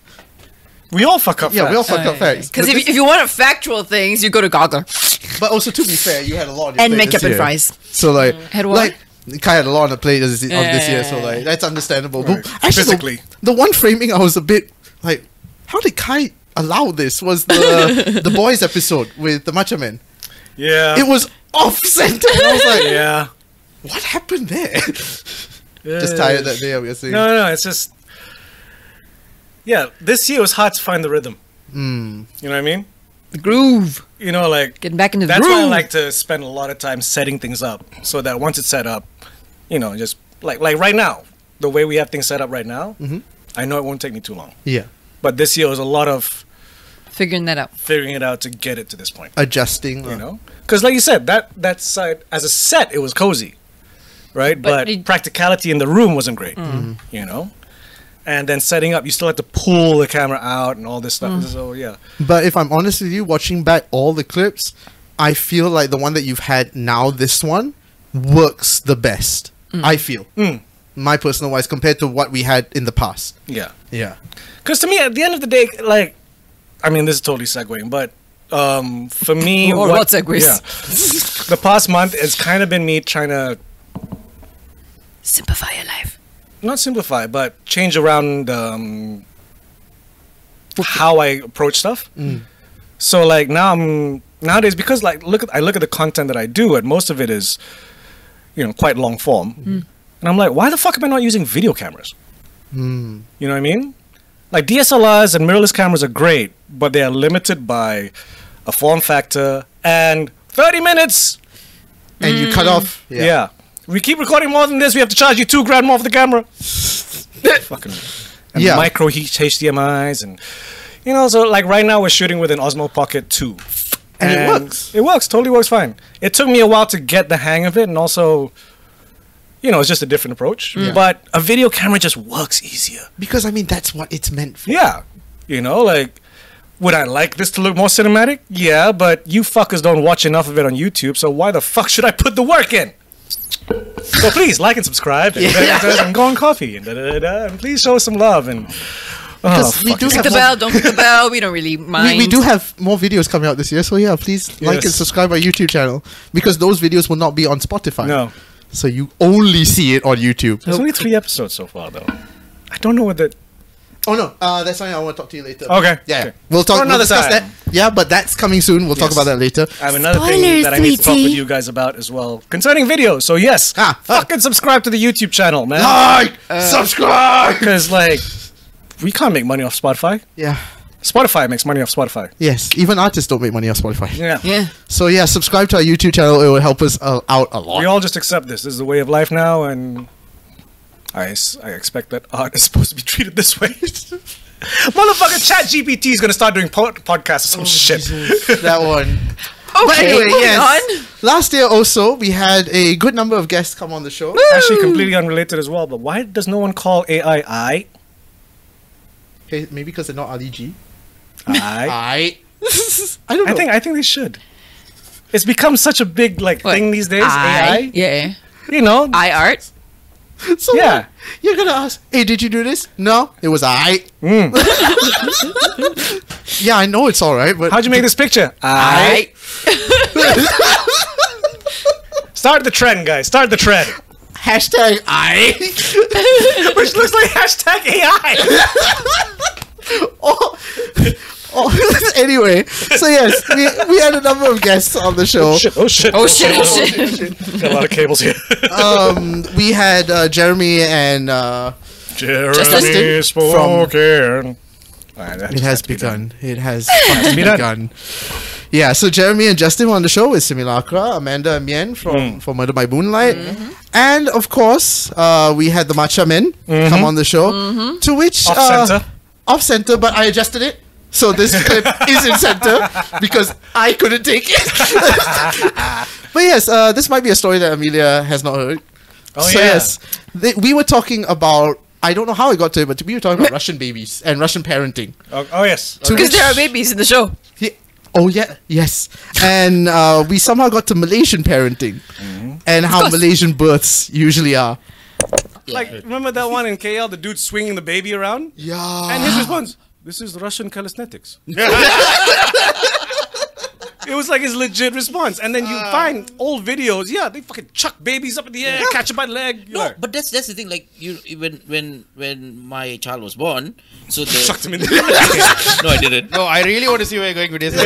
C: We all fuck up.
B: Yeah, we all fucked up
A: Aye.
B: facts.
A: Because
B: But
A: if, if you want factual things, you go to Goggle
B: this- but also to be fair, you had a lot on your
A: and
B: plate
A: makeup
B: this
A: and
B: year.
A: fries. Mm.
B: So like,
A: Had what?
B: like Kai had a lot on the plate this, on this year, so
A: Yeah.
B: like that's understandable.
C: Right.
B: But actually, the-
C: Physically.
B: the, one framing I was a bit like, how did Kai allow this? Was the the boys episode with the Macho Man?
C: Yeah.
B: It was off center. I was like,
C: yeah.
B: what happened there? Just tired that day, obviously.
C: No, no, no. It's just. Yeah, this year was hard to find the rhythm.
A: Hmm.
C: You know what I mean?
A: The groove.
C: You know, like
A: Getting back into the
C: that's
A: groove.
C: why I like to spend a lot of time setting things up, so that once it's set up, you know, just like like right now, the way we have things set up right now,
A: Mm-hmm.
C: I know it won't take me too long.
B: Yeah,
C: But this year was a lot of
A: Figuring that out.
C: figuring it out to get it to this point.
B: adjusting.
C: You know, because like you said, that that side as a set, it was cozy, right? But,
A: But it- Mm-hmm.
C: practicality in the room wasn't great. You know. And then setting up, you still had to pull the camera out and all this stuff.
A: Mm.
C: So yeah,
B: But if I'm honest with you, watching back all the clips, I feel like the one that you've had now, this one, works the best. I feel.
C: Mm.
B: My personal wise compared to what we had in the past.
C: yeah.
B: Yeah.
C: Because to me, at the end of the day, like, I mean, this is totally segueing, but um, for me,
A: Or what segues.
C: the past month has kind of been me trying to
A: Simplify your life.
C: not simplify, but change around um, how I approach stuff. So like now I'm nowadays because like look at I look at the content that I do and most of it is, you know, quite long form, and I'm like, why the fuck am I not using video cameras? You know what I mean? Like DSLRs and mirrorless cameras are great, but they are limited by a form factor and 30 minutes
B: And you cut off.
C: yeah. We keep recording more than this. We have to charge you two grand more for the camera. Fucking. And
B: Yeah.
C: Micro heat HDMIs and. You know, so like right now we're shooting with an Osmo Pocket 2.
B: And it works.
C: It works. Totally works fine. It took me a while to get the hang of it and also. You know, it's just a different approach.
B: Mm.
C: But a video camera just works easier.
B: Because I mean that's what it's meant for.
C: Yeah. You know, like, would I like this to look more cinematic? Yeah, but you fuckers don't watch enough of it on YouTube, so why the fuck should I put the work in? So please like and subscribe and, and go on coffee and, da, da, da, da, and please show some love and oh,
B: Because we
C: fuck
B: do
C: it.
B: have
A: The
B: more-
A: bell, don't ring the bell. We don't really mind.
B: we, we do have more videos coming out this year, so yeah, please like and
C: Yes.
B: subscribe our YouTube channel. Because those videos will not be on Spotify.
C: No.
B: So you only see it on YouTube.
C: There's only three episodes so far though. I don't know what the
B: Oh no, uh, that's something I want to talk to you later.
C: Okay.
B: Yeah,
C: Okay.
B: we'll talk.
C: For
B: We'll
C: another
B: discuss that.
C: time.
B: Yeah, but that's coming soon. We'll talk
C: Yes.
B: about that later.
C: I have another thing that I need to talk with you guys about as well concerning video. So yes,
B: Ah, ah.
C: fucking subscribe to the YouTube channel, man.
B: Like,
C: uh,
B: subscribe.
C: Because like, we can't make money off Spotify.
B: Yeah.
C: Spotify makes money off Spotify.
B: Yes. Even artists don't make money on Spotify.
C: Yeah.
A: Yeah.
B: So yeah, subscribe to our YouTube channel. It will help us uh, out a lot.
C: We all just accept this. This is the way of life now, and I, s- I expect that art is supposed to be treated this way. Motherfucker, Chat GPT is going to start doing pod- podcasts or some shit.
B: that one.
A: Okay,
B: But anyway,
A: moving
B: yes. Last year also, we had a good number of guests come on the show.
C: Actually, completely unrelated as well, but why does no one call AI I?
B: Okay, maybe because they're not Ali G.
C: I?
B: I. I don't know.
C: I think I think they should. It's become such a big like
A: What?
C: thing these days.
A: I,
C: AI,
A: Yeah.
C: you know,
A: I art.
B: So
C: Yeah.
B: what? you're gonna ask, hey, did you do this? No, it was I.
C: Mm.
B: yeah, I know it's all right, but
C: How'd you make this picture? I start the trend, guys. Start the trend.
B: hashtag I.
C: Which looks like hashtag AI.
B: oh, oh. anyway, so yes, we, we had a number of guests on the show.
C: oh shit!
A: Oh shit! Oh shit!
C: Got a lot of cables here.
B: Um, we had uh, Jeremy and uh,
C: Jeremy
B: Justin from-
C: spoken.
B: it has begun. It has
C: Be
B: fucking
C: done.
B: begun. Yeah, so Jeremy and Justin were on the show with Simulacra, Amanda and Mien from
C: Mm.
B: from Murder by Moonlight,
C: Mm-hmm.
B: and of course uh, we had the Matcha Men come on the show. To which
C: Mm-hmm. Off
B: uh,
C: center.
B: off center, but I adjusted it. So this clip is in center because I couldn't take it. but yes, uh, this might be a story that Amelia has not heard.
C: Oh,
B: so
C: yeah.
B: yes, th- we were talking about. I don't know how I got to it, but we were talking about Russian babies and Russian parenting.
C: Oh, oh yes.
B: To
A: Because
B: which-
A: there are babies in the show.
B: yeah. Oh yeah, yes, and uh, we somehow got to Malaysian parenting
C: Mm-hmm.
B: and how Malaysian births usually are.
C: Like remember that one in KL, the dude swinging the baby around,
B: Yeah,
C: and his response: "This is Russian calisthenics." It was like his legit response, and then you find old videos. Yeah, they fucking chuck babies up in the air, catch them by the leg. You're
F: No,
C: like,
F: but that's that's the thing. Like you, when when when my child was born, so the
C: chucked him in the
F: no, I didn't.
G: No, I really want to see where you're going with this.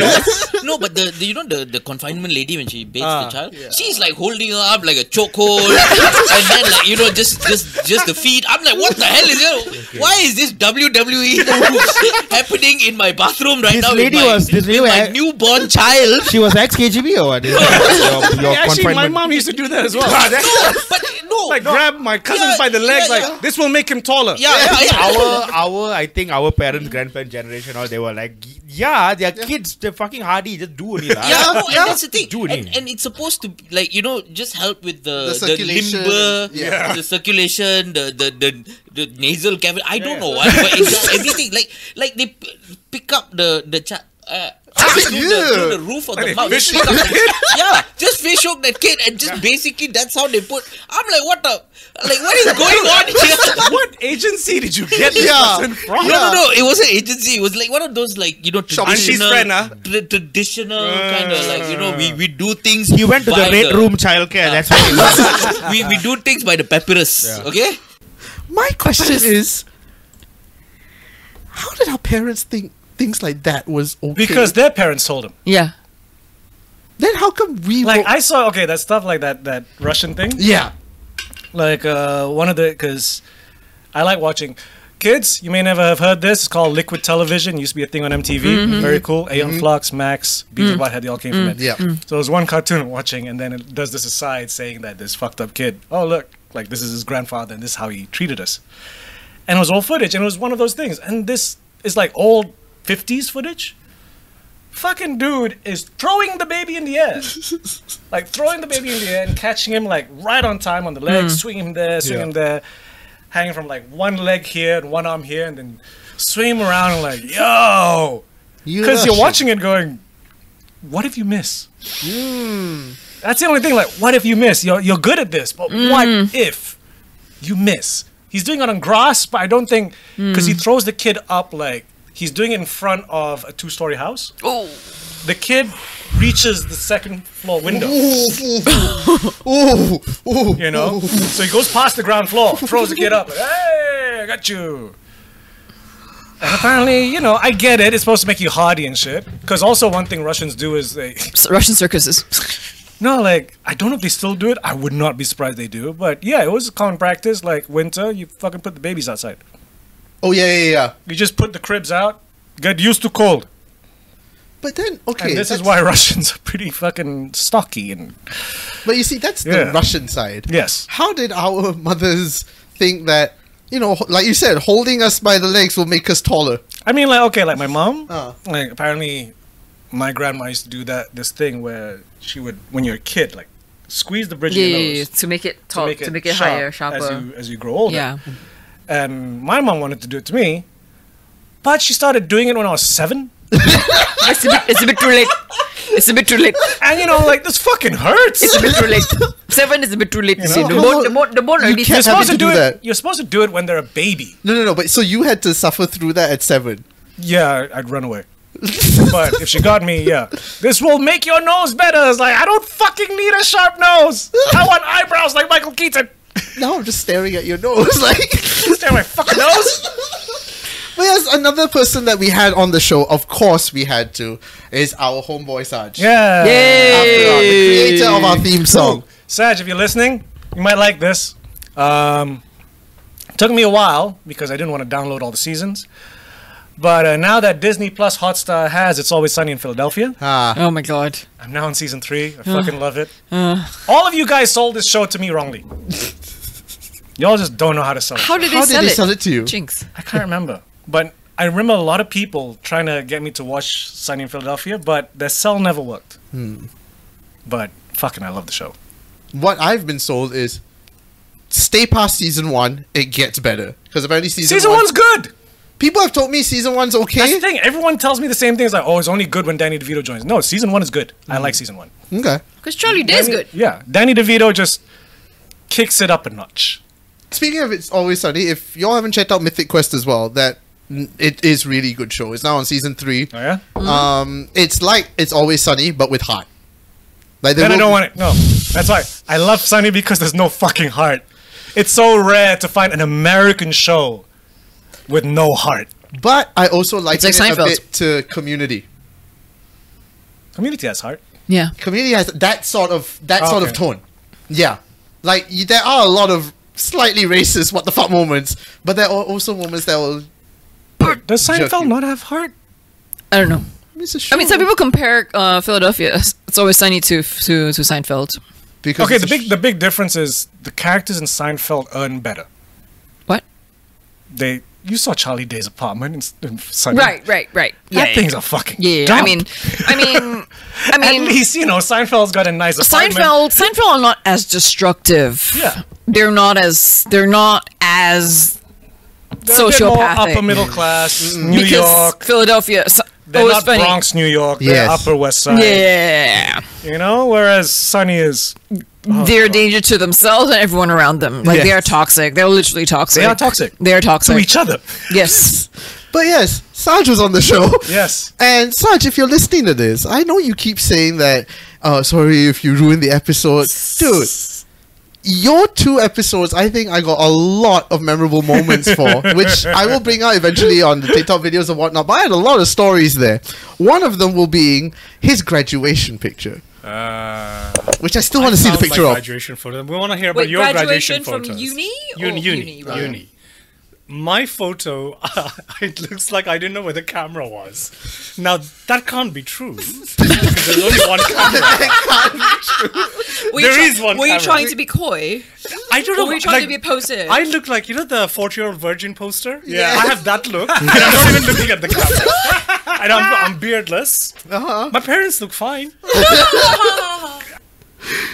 F: No, but the, the you know the, the confinement lady when she bathes
G: Ah.
F: the child, she's like holding her up like a chokehold, and then like you know just just just the feet. I'm like, what the hell is it? Why is this WWE happening in my bathroom right
G: This
F: now?
G: lady
F: with my,
G: was- this lady
F: with
G: was-
F: my newborn child.
G: She was ex KGB or what? Your, your
C: Actually, my
G: confinement-
C: mom used to do that as well.
F: No, but no,
C: like grab my cousins
F: Yeah,
C: by the leg,
F: yeah,
C: like
F: yeah.
C: this will make him taller.
F: yeah, yeah, yeah.
G: our our I think our parents, grandparents, generation, all they were like, yeah, their kids, they're fucking hardy. Just do it. lah.
F: yeah, no, and that's the thing.
G: Do it.
F: And, and it's supposed to be, like you know just help with the
B: The
F: the,
B: circulation,
F: limber,
B: yeah.
F: the circulation, the the the, the nasal cavity. I don't know what, but it's just everything. Like like they p- pick up the the child. Uh, through, the, through the roof of the mouth,
C: fish
F: pick up the- yeah, just fish hook that kid, and just basically that's how they put. I'm like, what the, like, what is going on here?
C: What agency did you get this
B: Yeah.
C: person from?
F: No, no, no. It was an agency. It was like one of those, like you know,
C: Aunties
F: traditional,
C: friend, huh?
F: tra- traditional kind of like you know, we, we do things.
G: He went to the
F: by
G: red room childcare. That's why. he was-
F: we, we do things by the papyrus. Okay.
B: my question is, how did our parents think things like that was okay?
C: Because their parents told him.
A: Yeah.
B: then how come we
C: Like
B: won't-
C: I saw, okay, that stuff like that, that Russian thing.
B: yeah,
C: Like uh, one of the, because I like watching. Kids, you may never have heard this. It's called Liquid Television. Used to be a thing on MTV. Very cool. Aeon Flux, Max, Beavis Butthead, they all came from it.
B: yeah.
C: So there's one cartoon I'm watching, and then it does this aside saying that this fucked up kid, oh, look, like this is his grandfather, and this is how he treated us. And it was old footage, and it was one of those things. And this is like old 50s footage. Fucking dude is throwing the baby in the air. like throwing the baby in the air and catching him like right on time on the leg, swinging him there, swinging him there, hanging from like one leg here and one arm here, and then swing him around and like, yo! Because you're watching it going, what if you miss? That's the only thing. Like, what if you miss? You're, you're good at this, but what if you miss? He's doing it on grass, but I don't think because he throws the kid up like he's doing it in front of a two-story house. Oh. The kid reaches the second floor window.
B: Ooh, ooh,
C: You know, so he goes past the ground floor, throws the kid up. Like, hey, I got you. And apparently, you know, I get it. It's supposed to make you hardy and shit. Because also one thing Russians do is they
A: S- Russian circuses.
C: No, like I don't know if they still do it. I would not be surprised they do. But yeah, it was a common practice. Like winter, you fucking put the babies outside.
B: oh yeah, yeah, yeah.
C: You just put the cribs out. Get used to cold.
B: But then, okay,
C: and this is
B: that's-
C: why Russians are pretty fucking stocky and
B: But you see, that's the
C: Yeah.
B: Russian side.
C: yes.
B: How did our mothers think that? You know, like you said, holding us by the legs will make us taller.
C: I mean, like okay, like my mom.
B: Uh.
C: Like apparently, my grandma used to do that. This thing where she would, when you're a kid, like squeeze the bridge
A: Yeah,
C: of your
A: yeah, yeah,
C: nose
A: To make it tall, to make it,
C: sharp
A: higher, sharper.
C: as you as you grow older.
A: yeah.
C: And my mom wanted to do it to me, but she started doing it when I was seven.
A: it's, a bit, it's a bit too late. It's a bit too late.
C: And you know, like this fucking hurts.
A: It's a bit too late. Seven is a bit too late. You see.
B: know?
A: The bone, the bone, the bone already.
B: can't
C: You're
A: said-
B: have
C: supposed
B: it to
C: to
B: do
C: do it.
B: that.
C: You're supposed to do it when they're a baby.
B: No, no, no. But so you had to suffer through that at seven.
C: Yeah, I'd run away. but if she got me, yeah, this will make your nose better. It's like I don't fucking need a sharp nose. I want eyebrows like Michael Keaton.
B: Now I'm just staring at your nose. Like,
C: Stare at my fucking nose.
B: whereas another person that we had on the show, of course we had to, is our homeboy Saj.
C: Yeah.
B: After all, the creator of our theme song.
C: Saj, if you're listening, you might like this. Um, took me a while because I didn't want to download all the seasons. But uh, now that Disney Plus Hotstar has It's Always Sunny in Philadelphia,
B: Ah,
A: Oh my god.
C: I'm now in season three. I fucking love it. all of you guys sold this show to me wrongly. Y'all just don't know how to sell it.
A: How did
B: how
A: they
B: did
A: sell
B: they
A: it?
B: sell it to you?
A: Jinx.
C: I can't remember. But I remember a lot of people trying to get me to watch Sunny in Philadelphia, but their cell never worked.
B: Hmm.
C: But fucking, I love the show.
B: What I've been sold is stay past season one. It gets better because apparently season,
C: Season
B: one,
C: one's good.
B: people have told me season one's
C: That's
B: okay.
C: the thing. Everyone tells me the same thing. It's like, oh, it's only good when Danny DeVito joins. No, season one is good.
B: Hmm.
C: I like season one.
B: Okay.
A: Because Charlie Day is good.
C: Yeah, Danny DeVito just kicks it up a notch.
B: Speaking of it's always sunny, if y'all haven't checked out Mythic Quest as well, that n- it is really good show. It's now on season three.
C: Oh yeah.
A: Mm-hmm.
B: Um, it's like it's always sunny but with heart. Like they
C: Then I
B: wrote-
C: don't want it. No, that's why I love Sunny because there's no fucking heart. It's so rare to find an American show with no heart.
B: But I also like
A: like
B: it a
A: Seinfeld.
B: bit to Community.
C: Community has heart.
A: Yeah.
B: Community has that sort of that sort of
C: Okay.
B: tone. Yeah, like you, there are a lot of slightly racist what the fuck moments, but there are also moments that will.
C: Does
B: Joking.
C: Seinfeld not have heart?
A: I don't know.
B: It's a show.
A: I mean, some people compare uh, Philadelphia. It's always sunny to to to Seinfeld.
B: because
C: Okay,
B: it's
C: the
B: a
C: big
B: sh-
C: the big difference is the characters in Seinfeld earn better.
A: What?
C: They you saw Charlie Day's apartment in, S- in Sunny.
A: Right. Right. Right. Yeah.
C: that thing's a fucking
A: Yeah, I
C: dump.
A: mean, I mean, I mean,
C: at least you know Seinfeld's got a nice apartment.
A: Seinfeld. Seinfeld are not as destructive.
C: Yeah.
A: they're not as they're not as
C: They're a bit more
A: sociopathic.
C: upper middle class, New
A: because
C: York.
A: Philadelphia. So,
C: They're
A: oh, it's
C: not
A: funny.
C: Bronx, New York. They're
B: Yes.
C: Upper West Side.
A: Yeah,
C: You know, whereas Sunny is Oh,
A: they're a danger to themselves and everyone around them. Like they are toxic. They're literally toxic.
C: They are toxic.
A: They are toxic.
C: to each other.
A: Yes.
B: But yes, Sarge was on the show.
C: Yes.
B: And Sarge, if you're listening to this, I know you keep saying that. Oh, sorry if you ruined the episode, dude. Your two episodes, I think I got a lot of memorable moments for, which I will bring out eventually on the TikTok videos and whatnot. But I had a lot of stories there. One of them will being his graduation picture,
G: Uh,
B: which I still want to see the
G: found my
B: picture of.
G: graduation photo. We want to hear about your graduation, photos. uni, uni, uni. My photo, it looks like I didn't know where the camera was. Now that can't be true. There's only one camera.
A: Were you
G: There
A: try-
G: is one
A: Were you
G: camera.
A: trying to be coy?
G: I don't know.
A: Were you trying
G: like,
A: to be posted?
G: I look like you know the forty-year-old virgin poster.
B: Yeah.
G: I have that look, and I'm not even looking at the camera. and I'm, I'm beardless.
B: Uh-huh.
G: My parents look fine.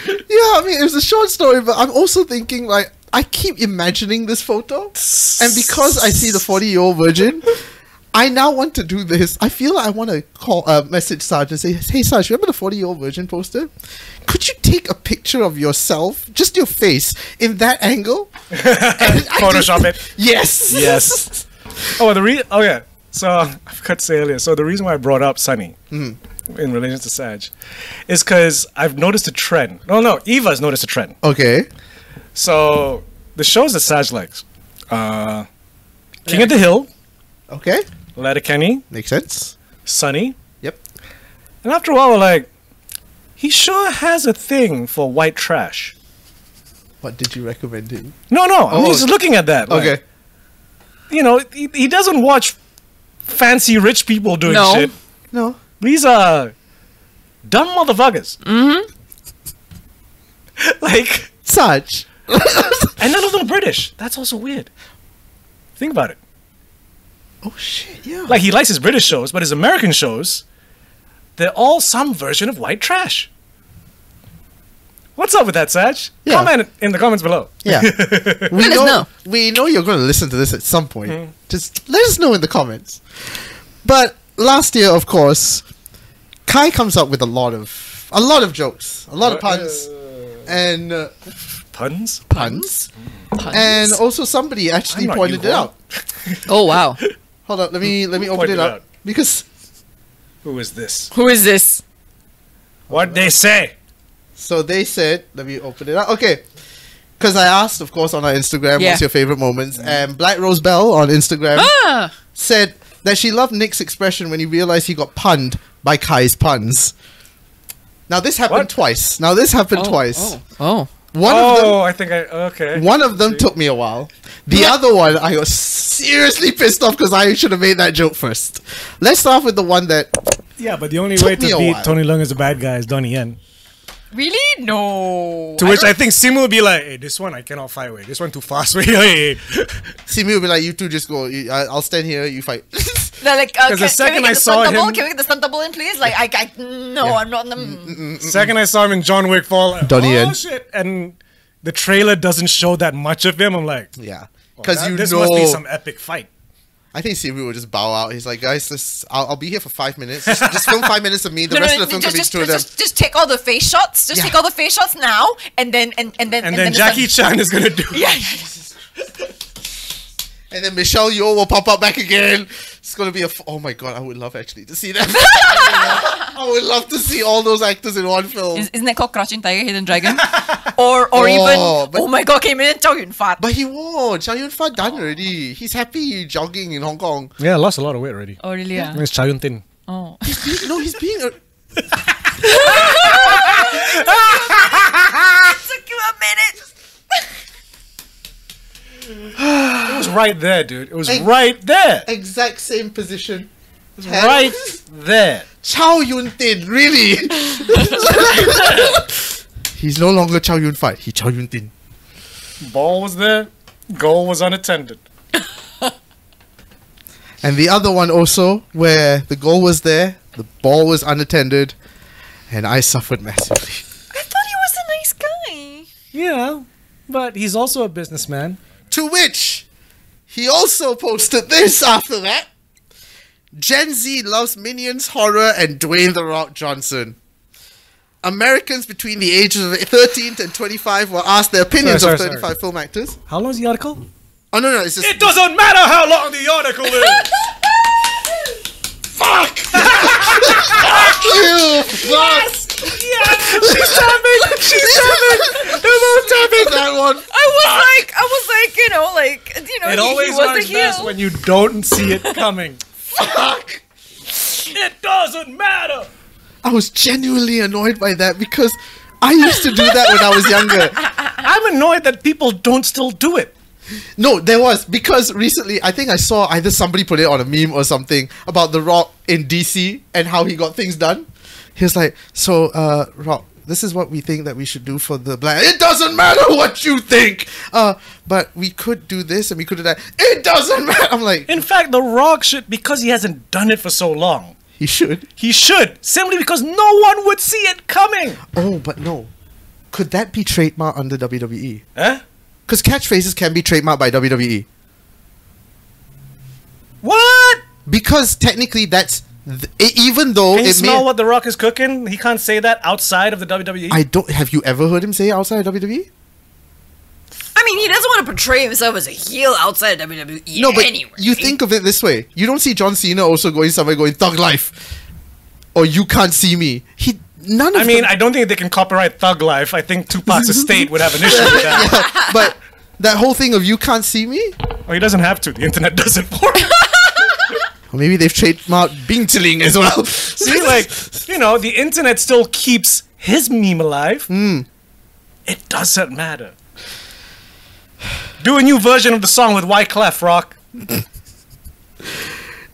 B: Yeah, I mean, it was a short story, but I'm also thinking, like, I keep imagining this photo. And because I see the 40 year old virgin, I now want to do this. I feel like I want to call, uh, message Sarge and say, hey, Sarge, remember the 40 year old virgin poster? Could you take a picture of yourself, just your face, in that angle? And I just-
C: Photoshop it.
B: Yes.
C: Yes. oh, the re- oh yeah. So I forgot to say earlier. So the reason why I brought up Sunny in relation to Saj is because I've noticed a trend. No, no, Eva's noticed a trend.
B: Okay.
C: So the shows that Saj likes, uh, King of the Hill,
B: Okay.
C: Letterkenny,
B: Makes sense.
C: Sunny,
B: Yep.
C: and after a while we're like, he sure has a thing for white trash.
B: What did you recommend him?
C: No, no, I'm
B: Oh.
C: just looking at that. like,
B: Okay.
C: you know, he, he doesn't watch fancy rich people doing
A: No.
C: shit.
B: No.
C: These are dumb motherfuckers. Mm-hmm. like,
B: Sarge.
C: and none of them are British. That's also weird. Think about it.
B: Oh, shit. Yeah.
C: Like, he likes his British shows, but his American shows, they're all some version of white trash. What's up with that, Saj?
B: Yeah.
C: Comment in the comments below.
B: Yeah. we
A: Let us
B: know,
A: know.
B: We know you're going to listen to this at some point. Just let us know in the comments. But last year, of course, Kai comes up with a lot of a lot of jokes, a lot of puns, and uh,
C: Puns?
B: puns,
A: Puns.
B: and also somebody actually
C: I'm not
B: pointed it
C: Yuhua.
B: out.
A: oh wow,
B: Hold on, let me let me open
C: pointed
B: it up
C: out?
B: because
C: Who is this?
A: who is this?
C: What they say?
B: so they said let me open it up. Okay. Because I asked, of course, on our Instagram,
A: Yeah.
B: what's your favorite moments? And Black Rose Bell on Instagram
A: Ah,
B: said that she loved Nick's expression when he realized he got punned by Kai's puns. Now this happened
C: What?
B: twice. Now this happened
A: oh,
B: twice.
A: Oh,
B: One of them
C: Oh, I think I okay.
B: One of them took me a while. The other one, I was seriously pissed off because I should have made that joke first. Let's start with the one that
C: Yeah, but the only
B: Took
C: way
B: me a
C: to beat
B: while.
C: Tony Leung as a bad guy is Donnie Yen.
A: really? No.
C: To which I think Simu will be like, "Hey, this one I cannot fight with. This one too fast. Wait, hey, hey."
B: Simi will be like, "You two just go. You- I- I'll stand here. You fight."
A: They're like, uh,
C: 'Cause
A: can,
C: the
A: can
C: second
A: we get
C: I
A: the
C: saw
A: stunt double?
C: him-
A: Can we get the stunt double in, please? Like, I, I no, I'm not. Mm.
C: Second, I saw him in John Wick fall. Like,
B: Donnie
C: oh,
B: Yen.
C: shit! And the trailer doesn't show that much of him. I'm like,
B: yeah, because
C: "That-
B: you
C: this
B: know.
C: must be some epic fight.
B: I think Simi will just bow out. He's like, "Guys, this, I'll, I'll be here for five minutes. Just, just film five minutes of me. The
A: No, no,
B: rest
A: no,
B: of the film
A: just,
B: can be
A: just,
B: two of them."
A: just, just take all the face shots. Just
B: Yeah.
A: take all the face shots now, and then and, and then
C: And, then
A: the
C: Jackie
A: stunt-
C: Chan is gonna do. it.
A: Yeah, yeah, yeah.
B: And then Michelle Yeoh will pop up back again. It's gonna be a. F- oh my god, I would love actually to see that. I would love to see all those actors in one film.
A: Is, isn't that called Crouching Tiger, Hidden Dragon? or or
B: Oh,
A: even
B: but-
A: oh my god, came in Zhao Yun Fat.
B: But he wore Chow Yun Fat done already. He's happy jogging in Hong Kong.
D: Yeah, I lost a lot of weight already.
A: Oh really? Yeah.
D: It's Chayun Tin.
A: Oh.
B: He's being, no, he's being. A,
A: took you a minute.
C: It was right there, dude. It was
B: Hey.
C: right there.
B: exact same position.
C: Right there.
B: Chow Yun Tin, really. he's no longer Chow Yun Fat. He Chow Yun Tin.
C: Ball was there. Goal was unattended.
B: And the other one also, where the goal was there, the ball was unattended, and I suffered massively.
A: I thought he was a nice guy.
D: Yeah, but he's also a businessman.
B: To which he also posted this after that. Gen Z loves Minions, horror, and Dwayne the Rock Johnson. Americans between the ages of 13 and 25 were asked their opinions
D: Sorry,
B: of
D: sorry,
B: 35
D: sorry.
B: film actors.
D: How long's the article?
B: Oh, no, no, it's just.
C: It doesn't matter how long the article is.
B: you! Fuck!
C: She's stabbing. She's stabbing. They're both stabbing.
B: That one!
A: I was like, I was like, you know, like, you know, he,
C: It always
A: he was
C: works
A: the
C: best
A: heel.
C: when you don't see it coming.
B: Fuck!
C: it doesn't matter.
B: I was genuinely annoyed by that because I used to do that when I was younger.
C: I'm annoyed that people don't still do it.
B: No, there was because recently I think I saw either somebody put it on a meme or something about The Rock in DC and how he got things done. He was like, "So, uh, Rock, this is what we think that we should do for the black. It doesn't matter what you think. Uh, but we could do this and we could do that. It doesn't matter." I'm like,
C: In fact, The Rock should, because he hasn't done it for so long,
B: he should.
C: he should, simply because no one would see it coming.
B: Oh, but no. Could that be trademarked under E? WWE?
C: Huh?
B: Because catchphrases can be trademarked by E. WWE.
C: What?
B: Because technically, that's th- e- even though
C: Can you
B: it may.
C: smell what The Rock is cooking? He can't say that outside of the E? WWE.
B: I don't. Have you ever heard him say it outside of E? WWE?
A: I mean, he doesn't want to portray himself as a heel outside E. of WWE.
B: No, but
A: anyway.
B: you think of it this way. You don't see John Cena also going somewhere going thug life, or you can't see me. He none of.
C: I mean,
B: them-
C: I don't think they can copyright Thug Life. I think Tupac's estate would have an issue with that.
B: but that whole thing of you can't see me,
C: Oh, he doesn't have to. The internet does it for him.
B: or maybe they've trademarked Bingtling as well. see,
C: See, like, you know, the internet still keeps his meme alive. It doesn't matter. Do a new version of the song with Wyclef Rock.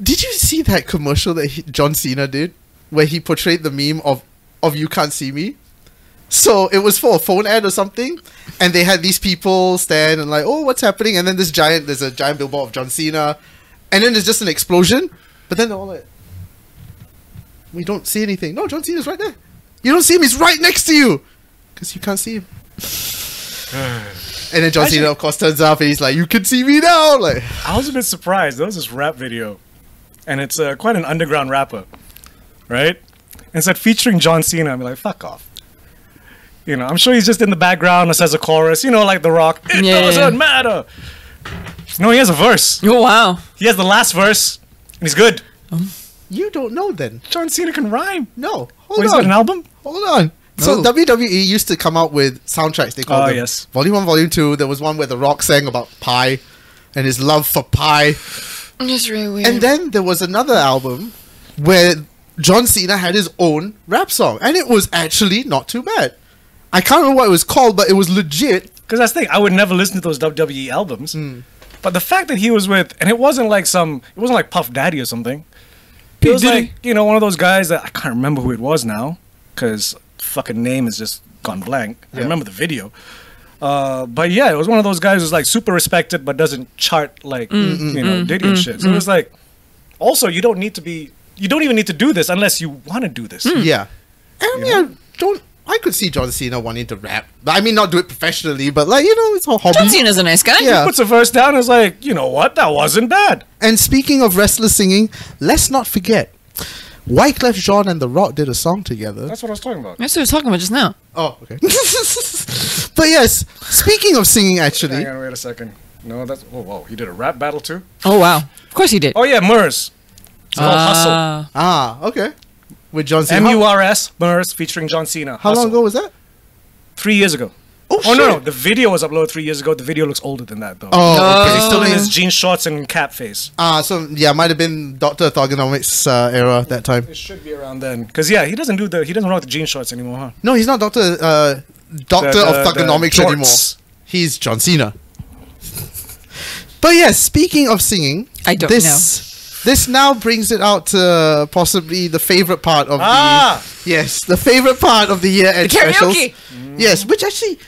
B: did you see that commercial that he, John Cena did, where he portrayed the meme of of you can't see me? So it was for a phone ad or something, and they had these people stand and like, oh, what's happening? And then this giant, there's a giant billboard of John Cena, and then there's just an explosion. But then they're all like, we don't see anything. No, John Cena's right there. You don't see him. He's right next to you, because you can't see him. and then John Cena, of course, turns up and he's like, you can see me now. Like,
C: I was a bit surprised. There was this rap video, and it's uh, quite an underground rapper, right? and said featuring John Cena, I'd be like, fuck off. You know, I'm sure he's just in the background and says a chorus, you know, like The Rock. It
A: Yeah.
C: doesn't matter. No, he has a verse.
A: Oh wow.
C: He has the last verse, and he's good.
B: You don't know then.
C: John Cena can rhyme.
B: No.
C: What,
B: Hold
C: he's got an
B: on.
C: album?
B: Hold on. So
A: No.
B: WWE used to come out with soundtracks. They called
C: Ah,
B: them
C: yes.
B: Volume One, Volume Two. There was one where The Rock sang about pie and his love for pie.
A: It's really weird.
B: And then there was another album where John Cena had his own rap song, and it was actually not too bad. I can't remember what it was called, but it was legit.
C: Because that's the thing. I would never listen to those WWE albums. But the fact that he was with, and it wasn't like some, it wasn't like Puff Daddy or something. It
D: P.
C: was
D: Diddy.
C: like, you know, one of those guys that I can't remember who it was now, because fucking name has just gone blank. I remember the video. Uh, but yeah, it was one of those guys who's like super respected but doesn't chart like, you know, Diddy and shit. So it was like, also, you don't need to be, you don't even need to do this unless you want to do this.
A: Hmm.
B: Yeah. And I mean, I don't. I could see John Cena wanting to rap. I mean, not do it professionally, but like you know, it's a hobby.
A: John Cena's a nice guy.
B: Yeah.
C: Puts a verse down and is like, you know what? That wasn't bad.
B: And speaking of wrestlers singing, let's not forget, Wyclef Jean and The Rock did a song together.
C: That's what I was talking about.
A: That's what we were talking about just now.
B: Oh, okay. but yes, speaking of singing, actually,
C: Hang on, wait a second. No, that's oh whoa, he did a rap battle too.
A: Oh wow. Of course he did.
C: Oh yeah, Murs. It's called Hustle.
A: Ah.
B: ah, okay, with John Cena.
C: M U
B: How,
C: R S Murs featuring John Cena.
B: how long
C: Hustle.
B: ago was that?
C: Three years ago.
B: Oh,
C: Oh no, no,
B: shit.
C: the video was uploaded three years ago. The video looks older than that though.
B: Oh, okay.
C: He's still in his jean shorts and cap face.
B: Ah, so yeah, might have been Doctor Orthogonomics uh, era at that time.
C: It should be around then, cause yeah, he doesn't do the he doesn't rock the jean shorts anymore, huh?
B: No, he's not Doctor uh, Doctor
C: uh, The-
B: of
C: the- the
B: Thugonomics
C: jorts.
B: anymore. He's John Cena. but yes, speaking of singing,
A: I don't
B: this, This now brings it out to possibly the favorite part of
C: Ah!
B: the yes, the favorite part of the year end
A: The karaoke.
B: specials.
C: Mm.
B: Yes, which actually.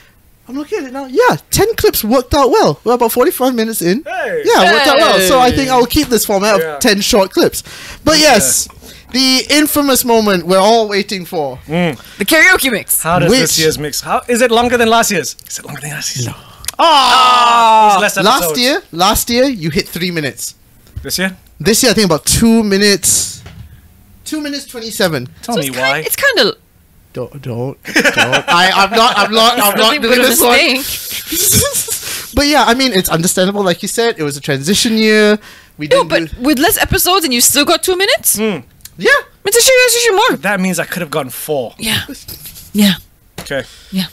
B: I'm looking at it now. Yeah, ten clips worked out well. We're about forty-five minutes in.
C: Hey!
B: Yeah, worked out well. So I think I'll keep this format
C: Yeah.
B: of ten short clips. But yes, the infamous moment we're all waiting for.
A: The karaoke mix.
C: How does this
B: Which-
C: year's mix? How is it longer than last year's? Is it longer than last year's? No.
B: Ah!
C: less
B: Last
C: episodes.
B: year, last year you hit three minutes.
C: This year?
B: This year, I think about two minutes, two minutes twenty-seven.
C: Tell me
A: it's
C: why.
A: Kind, it's kind of.
B: Don't, don't, don't. I, I'm not, I'm not, I'm not doing this one. but yeah, I mean, it's understandable. Like you said, it was a transition year. We
A: No,
B: didn't.
A: but
B: do-
A: with less episodes and you still got two minutes.
B: yeah,
A: It's a shame. It's a shame more.
C: that means I could have gotten four.
A: Yeah. Yeah.
C: Okay.
A: Yeah.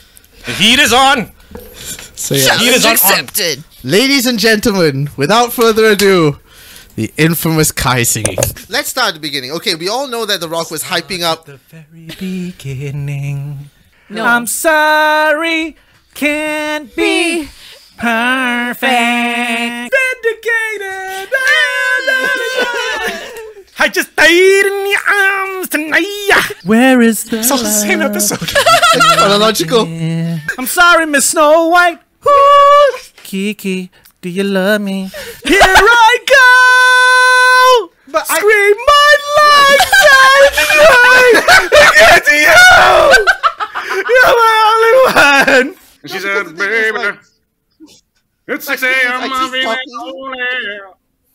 C: The heat is on.
B: so yeah.
A: Challenge
C: is on- on.
A: accepted.
B: Ladies and gentlemen, without further ado, the infamous Kai singing. Let's start at the beginning. Okay, we all know that The Rock was hyping up.
D: Beginning.
A: No.
D: I'm sorry, can't be perfect.
C: Dedicated. I just died in your arms tonight.
D: Where is the?
C: It's all the same episode.
B: Chronological.
D: I'm sorry, Miss Snow White. Kiki, do you love me? Here I go.
B: But I-
D: Scream my life out
H: She said, baby, it's 6 a.m.
B: Like he's
H: I'm
B: talking.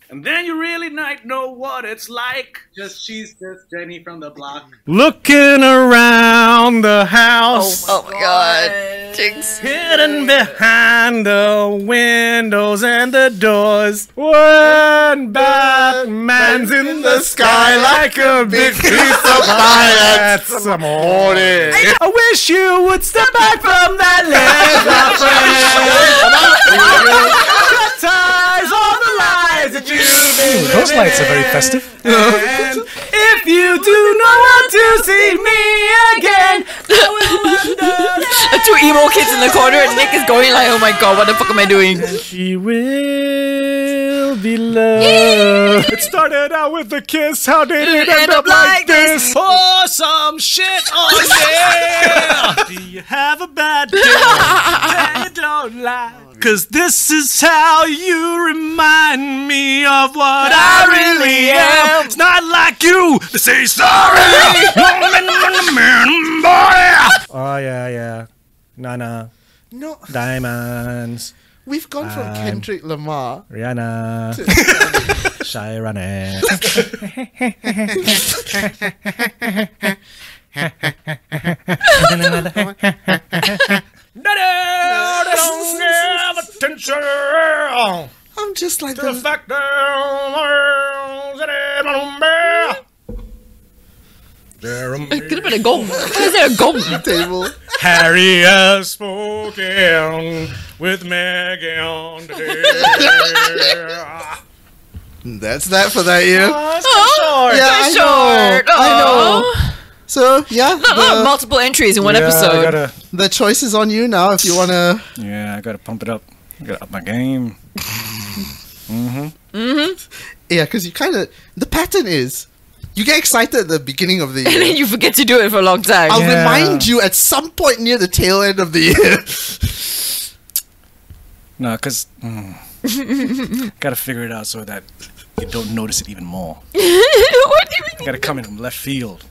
H: And then you really not know what it's like. Just she's just Jenny from the block.
C: Looking around the house,
A: Oh my god. Jinx.
C: hidden behind the windows and the doors. When Batman's in the sky like a big piece of pie. That's a morning. I wish you would step back from that ledge. Ties all the lies that you've been Ooh, those lights are very festive. if you do not want to see me again,
A: The two emo kids in the corner and Nick is going like, oh my god, what the fuck am I doing?
C: She will be loved. it started out with a kiss. How did it, end, up, like this? Pour some shit on yeah. Do you have a bad day? Tell you don't lie. Cause this is how you remind me of what I really am. It's not like you to say sorry.
D: Oh yeah, yeah. Nana,
B: No,
D: diamonds,
B: we've gone from Kendrick Lamar.
D: Rihanna, Shirane.
C: Attention!
B: I'm just like
C: to the
B: the-
C: fact that there
A: A little bit of gong. Why is there a gong?
B: table.
C: Harry has spoken with Megan today.
B: That's that for that year.
A: Oh,
B: Yeah,
A: that's
B: I know.
A: short.
B: I
A: Oh.
B: So yeah,
A: Oh,
B: the,
A: multiple entries in one
G: Yeah,
A: episode.
G: I gotta,
B: the choice is on you now. If you wanna,
G: yeah, I gotta pump it up. I gotta up my game.
B: yeah, because you kind of the pattern is you get excited at the beginning of the
A: and then
B: year.
A: you forget to do it for a long time.
B: I'll
G: Yeah.
B: remind you at some point near the tail end of the year.
G: No, cause mm, gotta figure it out so that you don't notice it even more.
A: what do you mean?
G: Gotta come in from left field.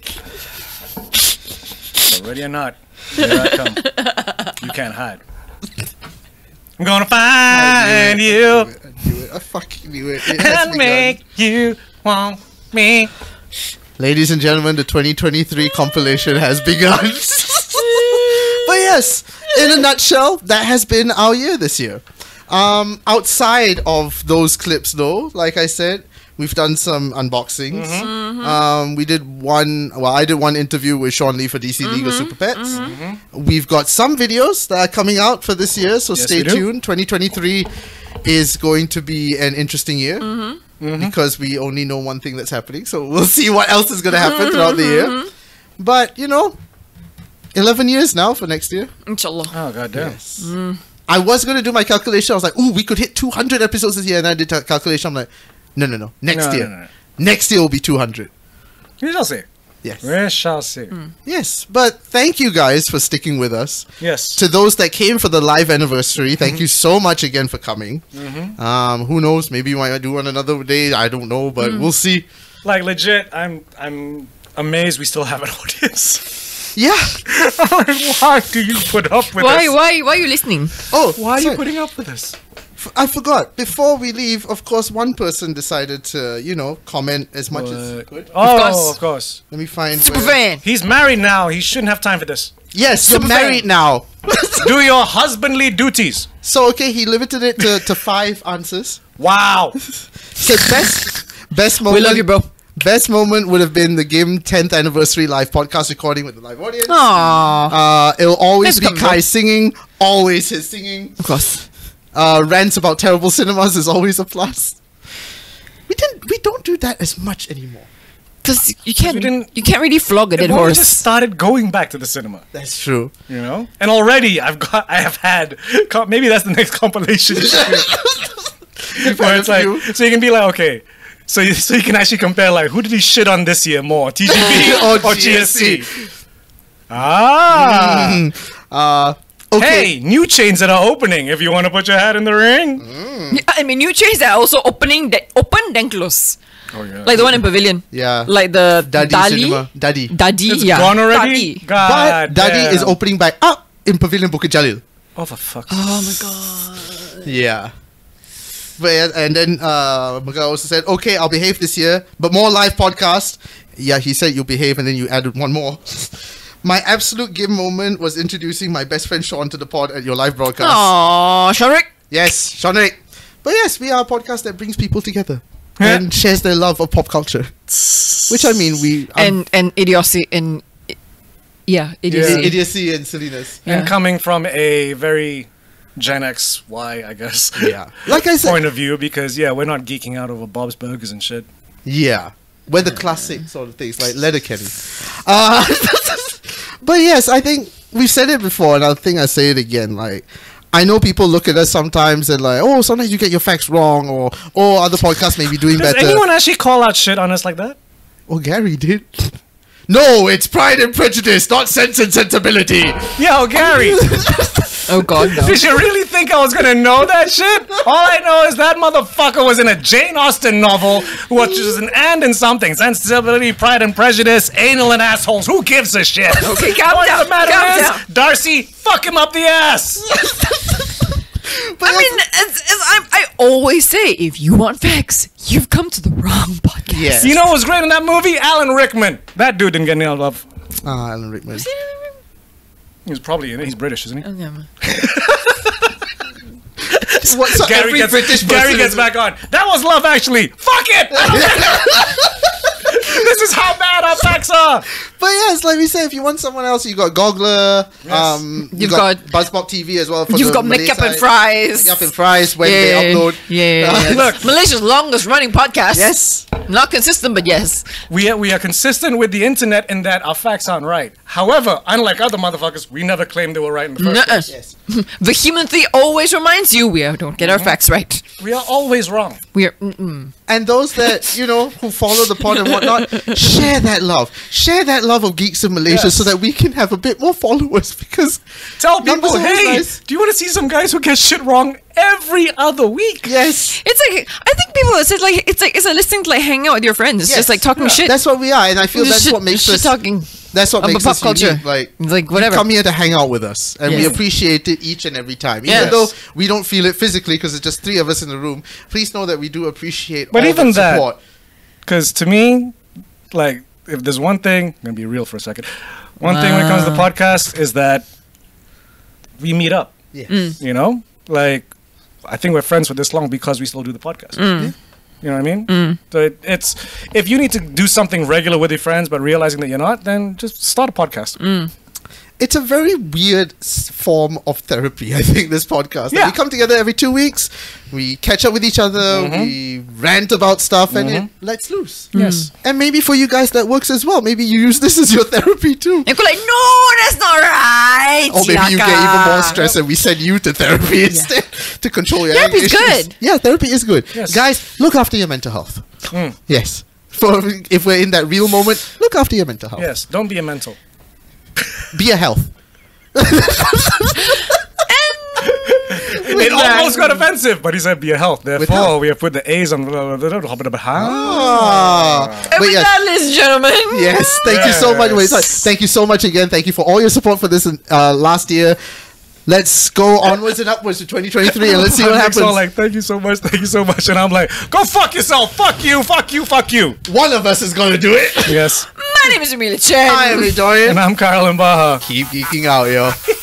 G: So ready or not, here I come. You can't hide. I'm gonna find
B: I knew
G: you
B: it. I fucking knew it. It has
G: and
B: begun.
G: make you want me.
B: Ladies and gentlemen, the 2023 compilation has begun. but yes, in a nutshell, that has been our year this year. Um, outside of those clips, though, like I said, we've done some unboxings.
G: Mm-hmm.
B: Um, we did one. Well, I did one interview with Sean Lee for DC Legal Super Pets. Mm-hmm. We've got some videos that are coming out for this year, so stay
G: we do.
B: tuned. 2023 is going to be an interesting year
G: Mm-hmm.
B: because we only know one thing that's happening. So we'll see what else is going to happen throughout the year. But you know, eleven years now for next year.
A: Inshallah.
G: Oh goddamn!
B: Mm. I was going to do my calculation. I was like, "Ooh, we could hit two hundred episodes this year," and I did a calculation. I'm like, "No, no, no. Next
G: No,
B: year,
G: no, no.
B: next year will be two hundred.
G: We shall see.
B: Yes,
G: We shall see.
B: yes. But thank you guys for sticking with us.
G: Yes.
B: To those that came for the live anniversary, thank
G: Mm-hmm.
B: you so much again for coming. Um, who knows? Maybe we might do one another day. I don't know, but we'll see.
G: Like legit, I'm I'm amazed we still have an audience.
B: Yeah.
G: why do you put up with
A: Why,
G: us?
A: why, why are you listening?
B: Oh,
G: Why are you
B: sorry.
G: putting up with us?
B: I forgot. Before we leave, of course, one person decided to, you know, comment as much as he could.
G: Oh,
A: course.
G: of course. of course.
B: Let me find.
A: Super
B: where-
A: fan.
G: He's married now. He shouldn't have time for this.
B: Yes, you're
A: fan.
B: married now.
G: Do your husbandly duties.
B: So okay, he limited it to, to five answers.
G: Wow.
B: Said best best
A: We
B: moment.
A: love you, bro.
B: Best moment would have been the game 10th anniversary live podcast recording with the live audience.
A: Aww.
B: Uh, it'll always
A: Let's
B: Oh. be
A: come,
B: Kai
A: bro.
B: singing, always his singing.
A: Of course.
B: Uh, rants about terrible cinemas is always a plus. We didn't. We don't do that as much anymore.
A: Because you can't,
G: We didn't-
A: you can't really flog a dead
G: Well, we
A: horse.
G: just started going back to the cinema,
B: That's true.
G: you know? And already I've got, I have had, co- maybe that's the next compilation. where it's
B: a
G: like,
B: few.
G: so you can be like, okay, so you, so you can actually compare, like, who did he shit on this year more, TGP
B: Or
G: or,
B: GSC?
G: GSC?
B: Oh,
G: Ah.
B: Uh, okay.
G: Hey, new chains that are opening if you want to put your hat in the ring.
A: I mean, new chains that are also opening, that open then close.
G: Oh, yeah.
A: Like the one in Pavilion.
B: Yeah.
A: Like the
B: Daddy
A: Dali.
B: cinema. Daddy.
A: Daddy,
G: It's
A: yeah.
G: gone already?
A: Dali.
G: God
B: but Daddy
G: damn.
B: is opening back up in Pavilion Bukit Jalil.
G: Oh, for fuck.
B: Yeah. But yeah, and then uh, Miguel also said, "Okay, I'll behave this year, but more live podcast." Yeah, he said you'll behave, and then you added one more. My absolute game moment was introducing my best friend Sean to the pod at your live broadcast.
A: Aww, Sharik.
B: Yes, Sean Rick. But yes, we are a podcast that brings people together and shares their love of pop culture. Which I mean, we um,
A: and and idiocy and yeah, idiocy.
B: and idiocy and silliness.
G: And coming from a very Gen X Y, I guess.
B: Yeah. Like I said-
G: point of view because yeah, we're not geeking out over Bob's Burgers and shit.
B: Yeah. We're the classic sort of things, like Leatherkenny. Uh, but yes, I think we've said it before, and I think I say it again. Like, I know people look at us sometimes and like, oh, sometimes you get your facts wrong, or oh, other podcasts may be doing
G: Does
B: better.
G: anyone actually call out shit on us like that?
B: oh, Gary did. No, it's Pride and Prejudice, not Sense and Sensibility.
G: Yo, Gary,
A: Oh god, no.
G: did you really think I was gonna know that shit? All I know is that motherfucker was in a Jane Austen novel, which is an and in something, sensibility, pride and prejudice, anal and assholes. Who gives a shit?
A: Okay, calm
G: Point
A: down,
G: of the matter
A: calm
G: is,
A: down.
G: Darcy, fuck him up the ass.
A: I mean, as, as I, I always say, if you want facts, you've come to the wrong podcast.
B: Yes.
G: you know what was great in that movie? Alan Rickman. That dude didn't get any love.
B: Ah, Alan Rickman.
C: He's probably in it. He's British, isn't he?
A: Okay, man.
B: What's up?
C: Gary
B: every
C: gets,
B: British
C: Gary
B: person
C: gets
B: is-
C: back on. That was love, actually. Fuck it. I don't care. this is how bad our facts are.
B: But yes, like we said, if you want someone else, you got Goggler. Um, you
A: You've
B: got,
A: got-
B: Buzzbox TV as well. For
A: You've
B: the
A: got
B: Malay
A: makeup and
B: side.
A: fries.
B: Makeup and fries when they upload.
A: Yeah,
B: Uh,
A: yeah, yeah.
C: Look.
A: Malaysia's longest running podcast.
B: Yes.
A: Not consistent, but yes.
C: We are, we are consistent with the internet in that our facts aren't right. However, unlike other motherfuckers, we never claimed they were right in the first
A: Nuh-uh.
C: place.
B: Yes.
A: Vehemently always reminds you we are, don't get our facts right.
C: We are always wrong.
A: We are. Mm-mm.
B: And those that, you know, who follow the pod and whatnot, share that love. Share that love of Geeks in Malaysia
C: Yes.
B: so that we can have a bit more followers because.
C: Tell
B: Numbers
C: people,
B: are always
C: hey,
B: nice."
C: do you want to see some guys who get shit wrong every other week?
B: Yes.
A: It's like I think people it's like it's like it's like listening to like hang out with your friends. It's
B: Yes.
A: just like talking shit.
B: That's what we are, and I feel
A: Just
B: that's
A: shit-
B: what makes
A: shit
B: us.
A: talking.
B: That's what
A: About
B: makes
A: pop
B: us unique,
A: culture.
B: Like,
A: It's like,
B: you
A: whatever.
B: come here to hang out with us, and we
A: Yes.
B: appreciate it each and every time, even
A: Yes.
B: though we don't feel it physically because it's just three of us in the room. Please know that we do appreciate.
C: But
B: all
C: even
B: the
C: that-
B: support.
C: Because to me, like, if there's one thing, I'm going to be real for a second. One thing when it comes to the podcast is that we meet up,
B: Yes.
A: Mm.
C: you know? Like, I think we're friends for this long because we still do the podcast. You know what I mean? So it, it's if you need to do something regular with your friends, but realizing that you're not, then just start a podcast.
B: It's a very weird s- form of therapy. I think this podcast. Like,
C: Yeah.
B: we come together every two weeks. We catch up with each other. We rant about stuff, and it lets loose.
C: Yes.
B: And maybe for you guys that works as well. Maybe you use this as your therapy too.
A: And go like, no, that's not right.
B: Or maybe you get even more
A: Siaka."
B: stressed and we send you to therapy instead to control your
A: Therapy's
B: anger issues.
A: good.
B: Yeah, therapy is good.
C: Yes.
B: Guys, look after your mental health. Yes. For if we're in that real moment, look after your mental health.
C: Yes, don't be a mental.
B: Be a health.
C: It almost got offensive, but he said be a health. Therefore,
B: health.
C: we have put the A's on. Blah, blah, blah, blah, blah, blah.
B: Ah.
A: And
B: But
A: with
B: yes.
A: that, ladies and gentlemen.
B: Yes, thank you so much. Wait, sorry.
C: Yes.
B: Thank you so much again. Thank you for all your support for this uh, last year. Let's go onwards and upwards to 2023 and let's see what
C: I'm
B: happens.
C: so like, thank you so much, thank you so much, and I'm like, go fuck yourself, fuck you, fuck you, fuck you.
B: One of us is going to do it.
C: Yes,
A: My name is Amelia Chen.
B: I am Dorian.
C: and I'm Carl and Baha.
B: Keep geeking out, yo.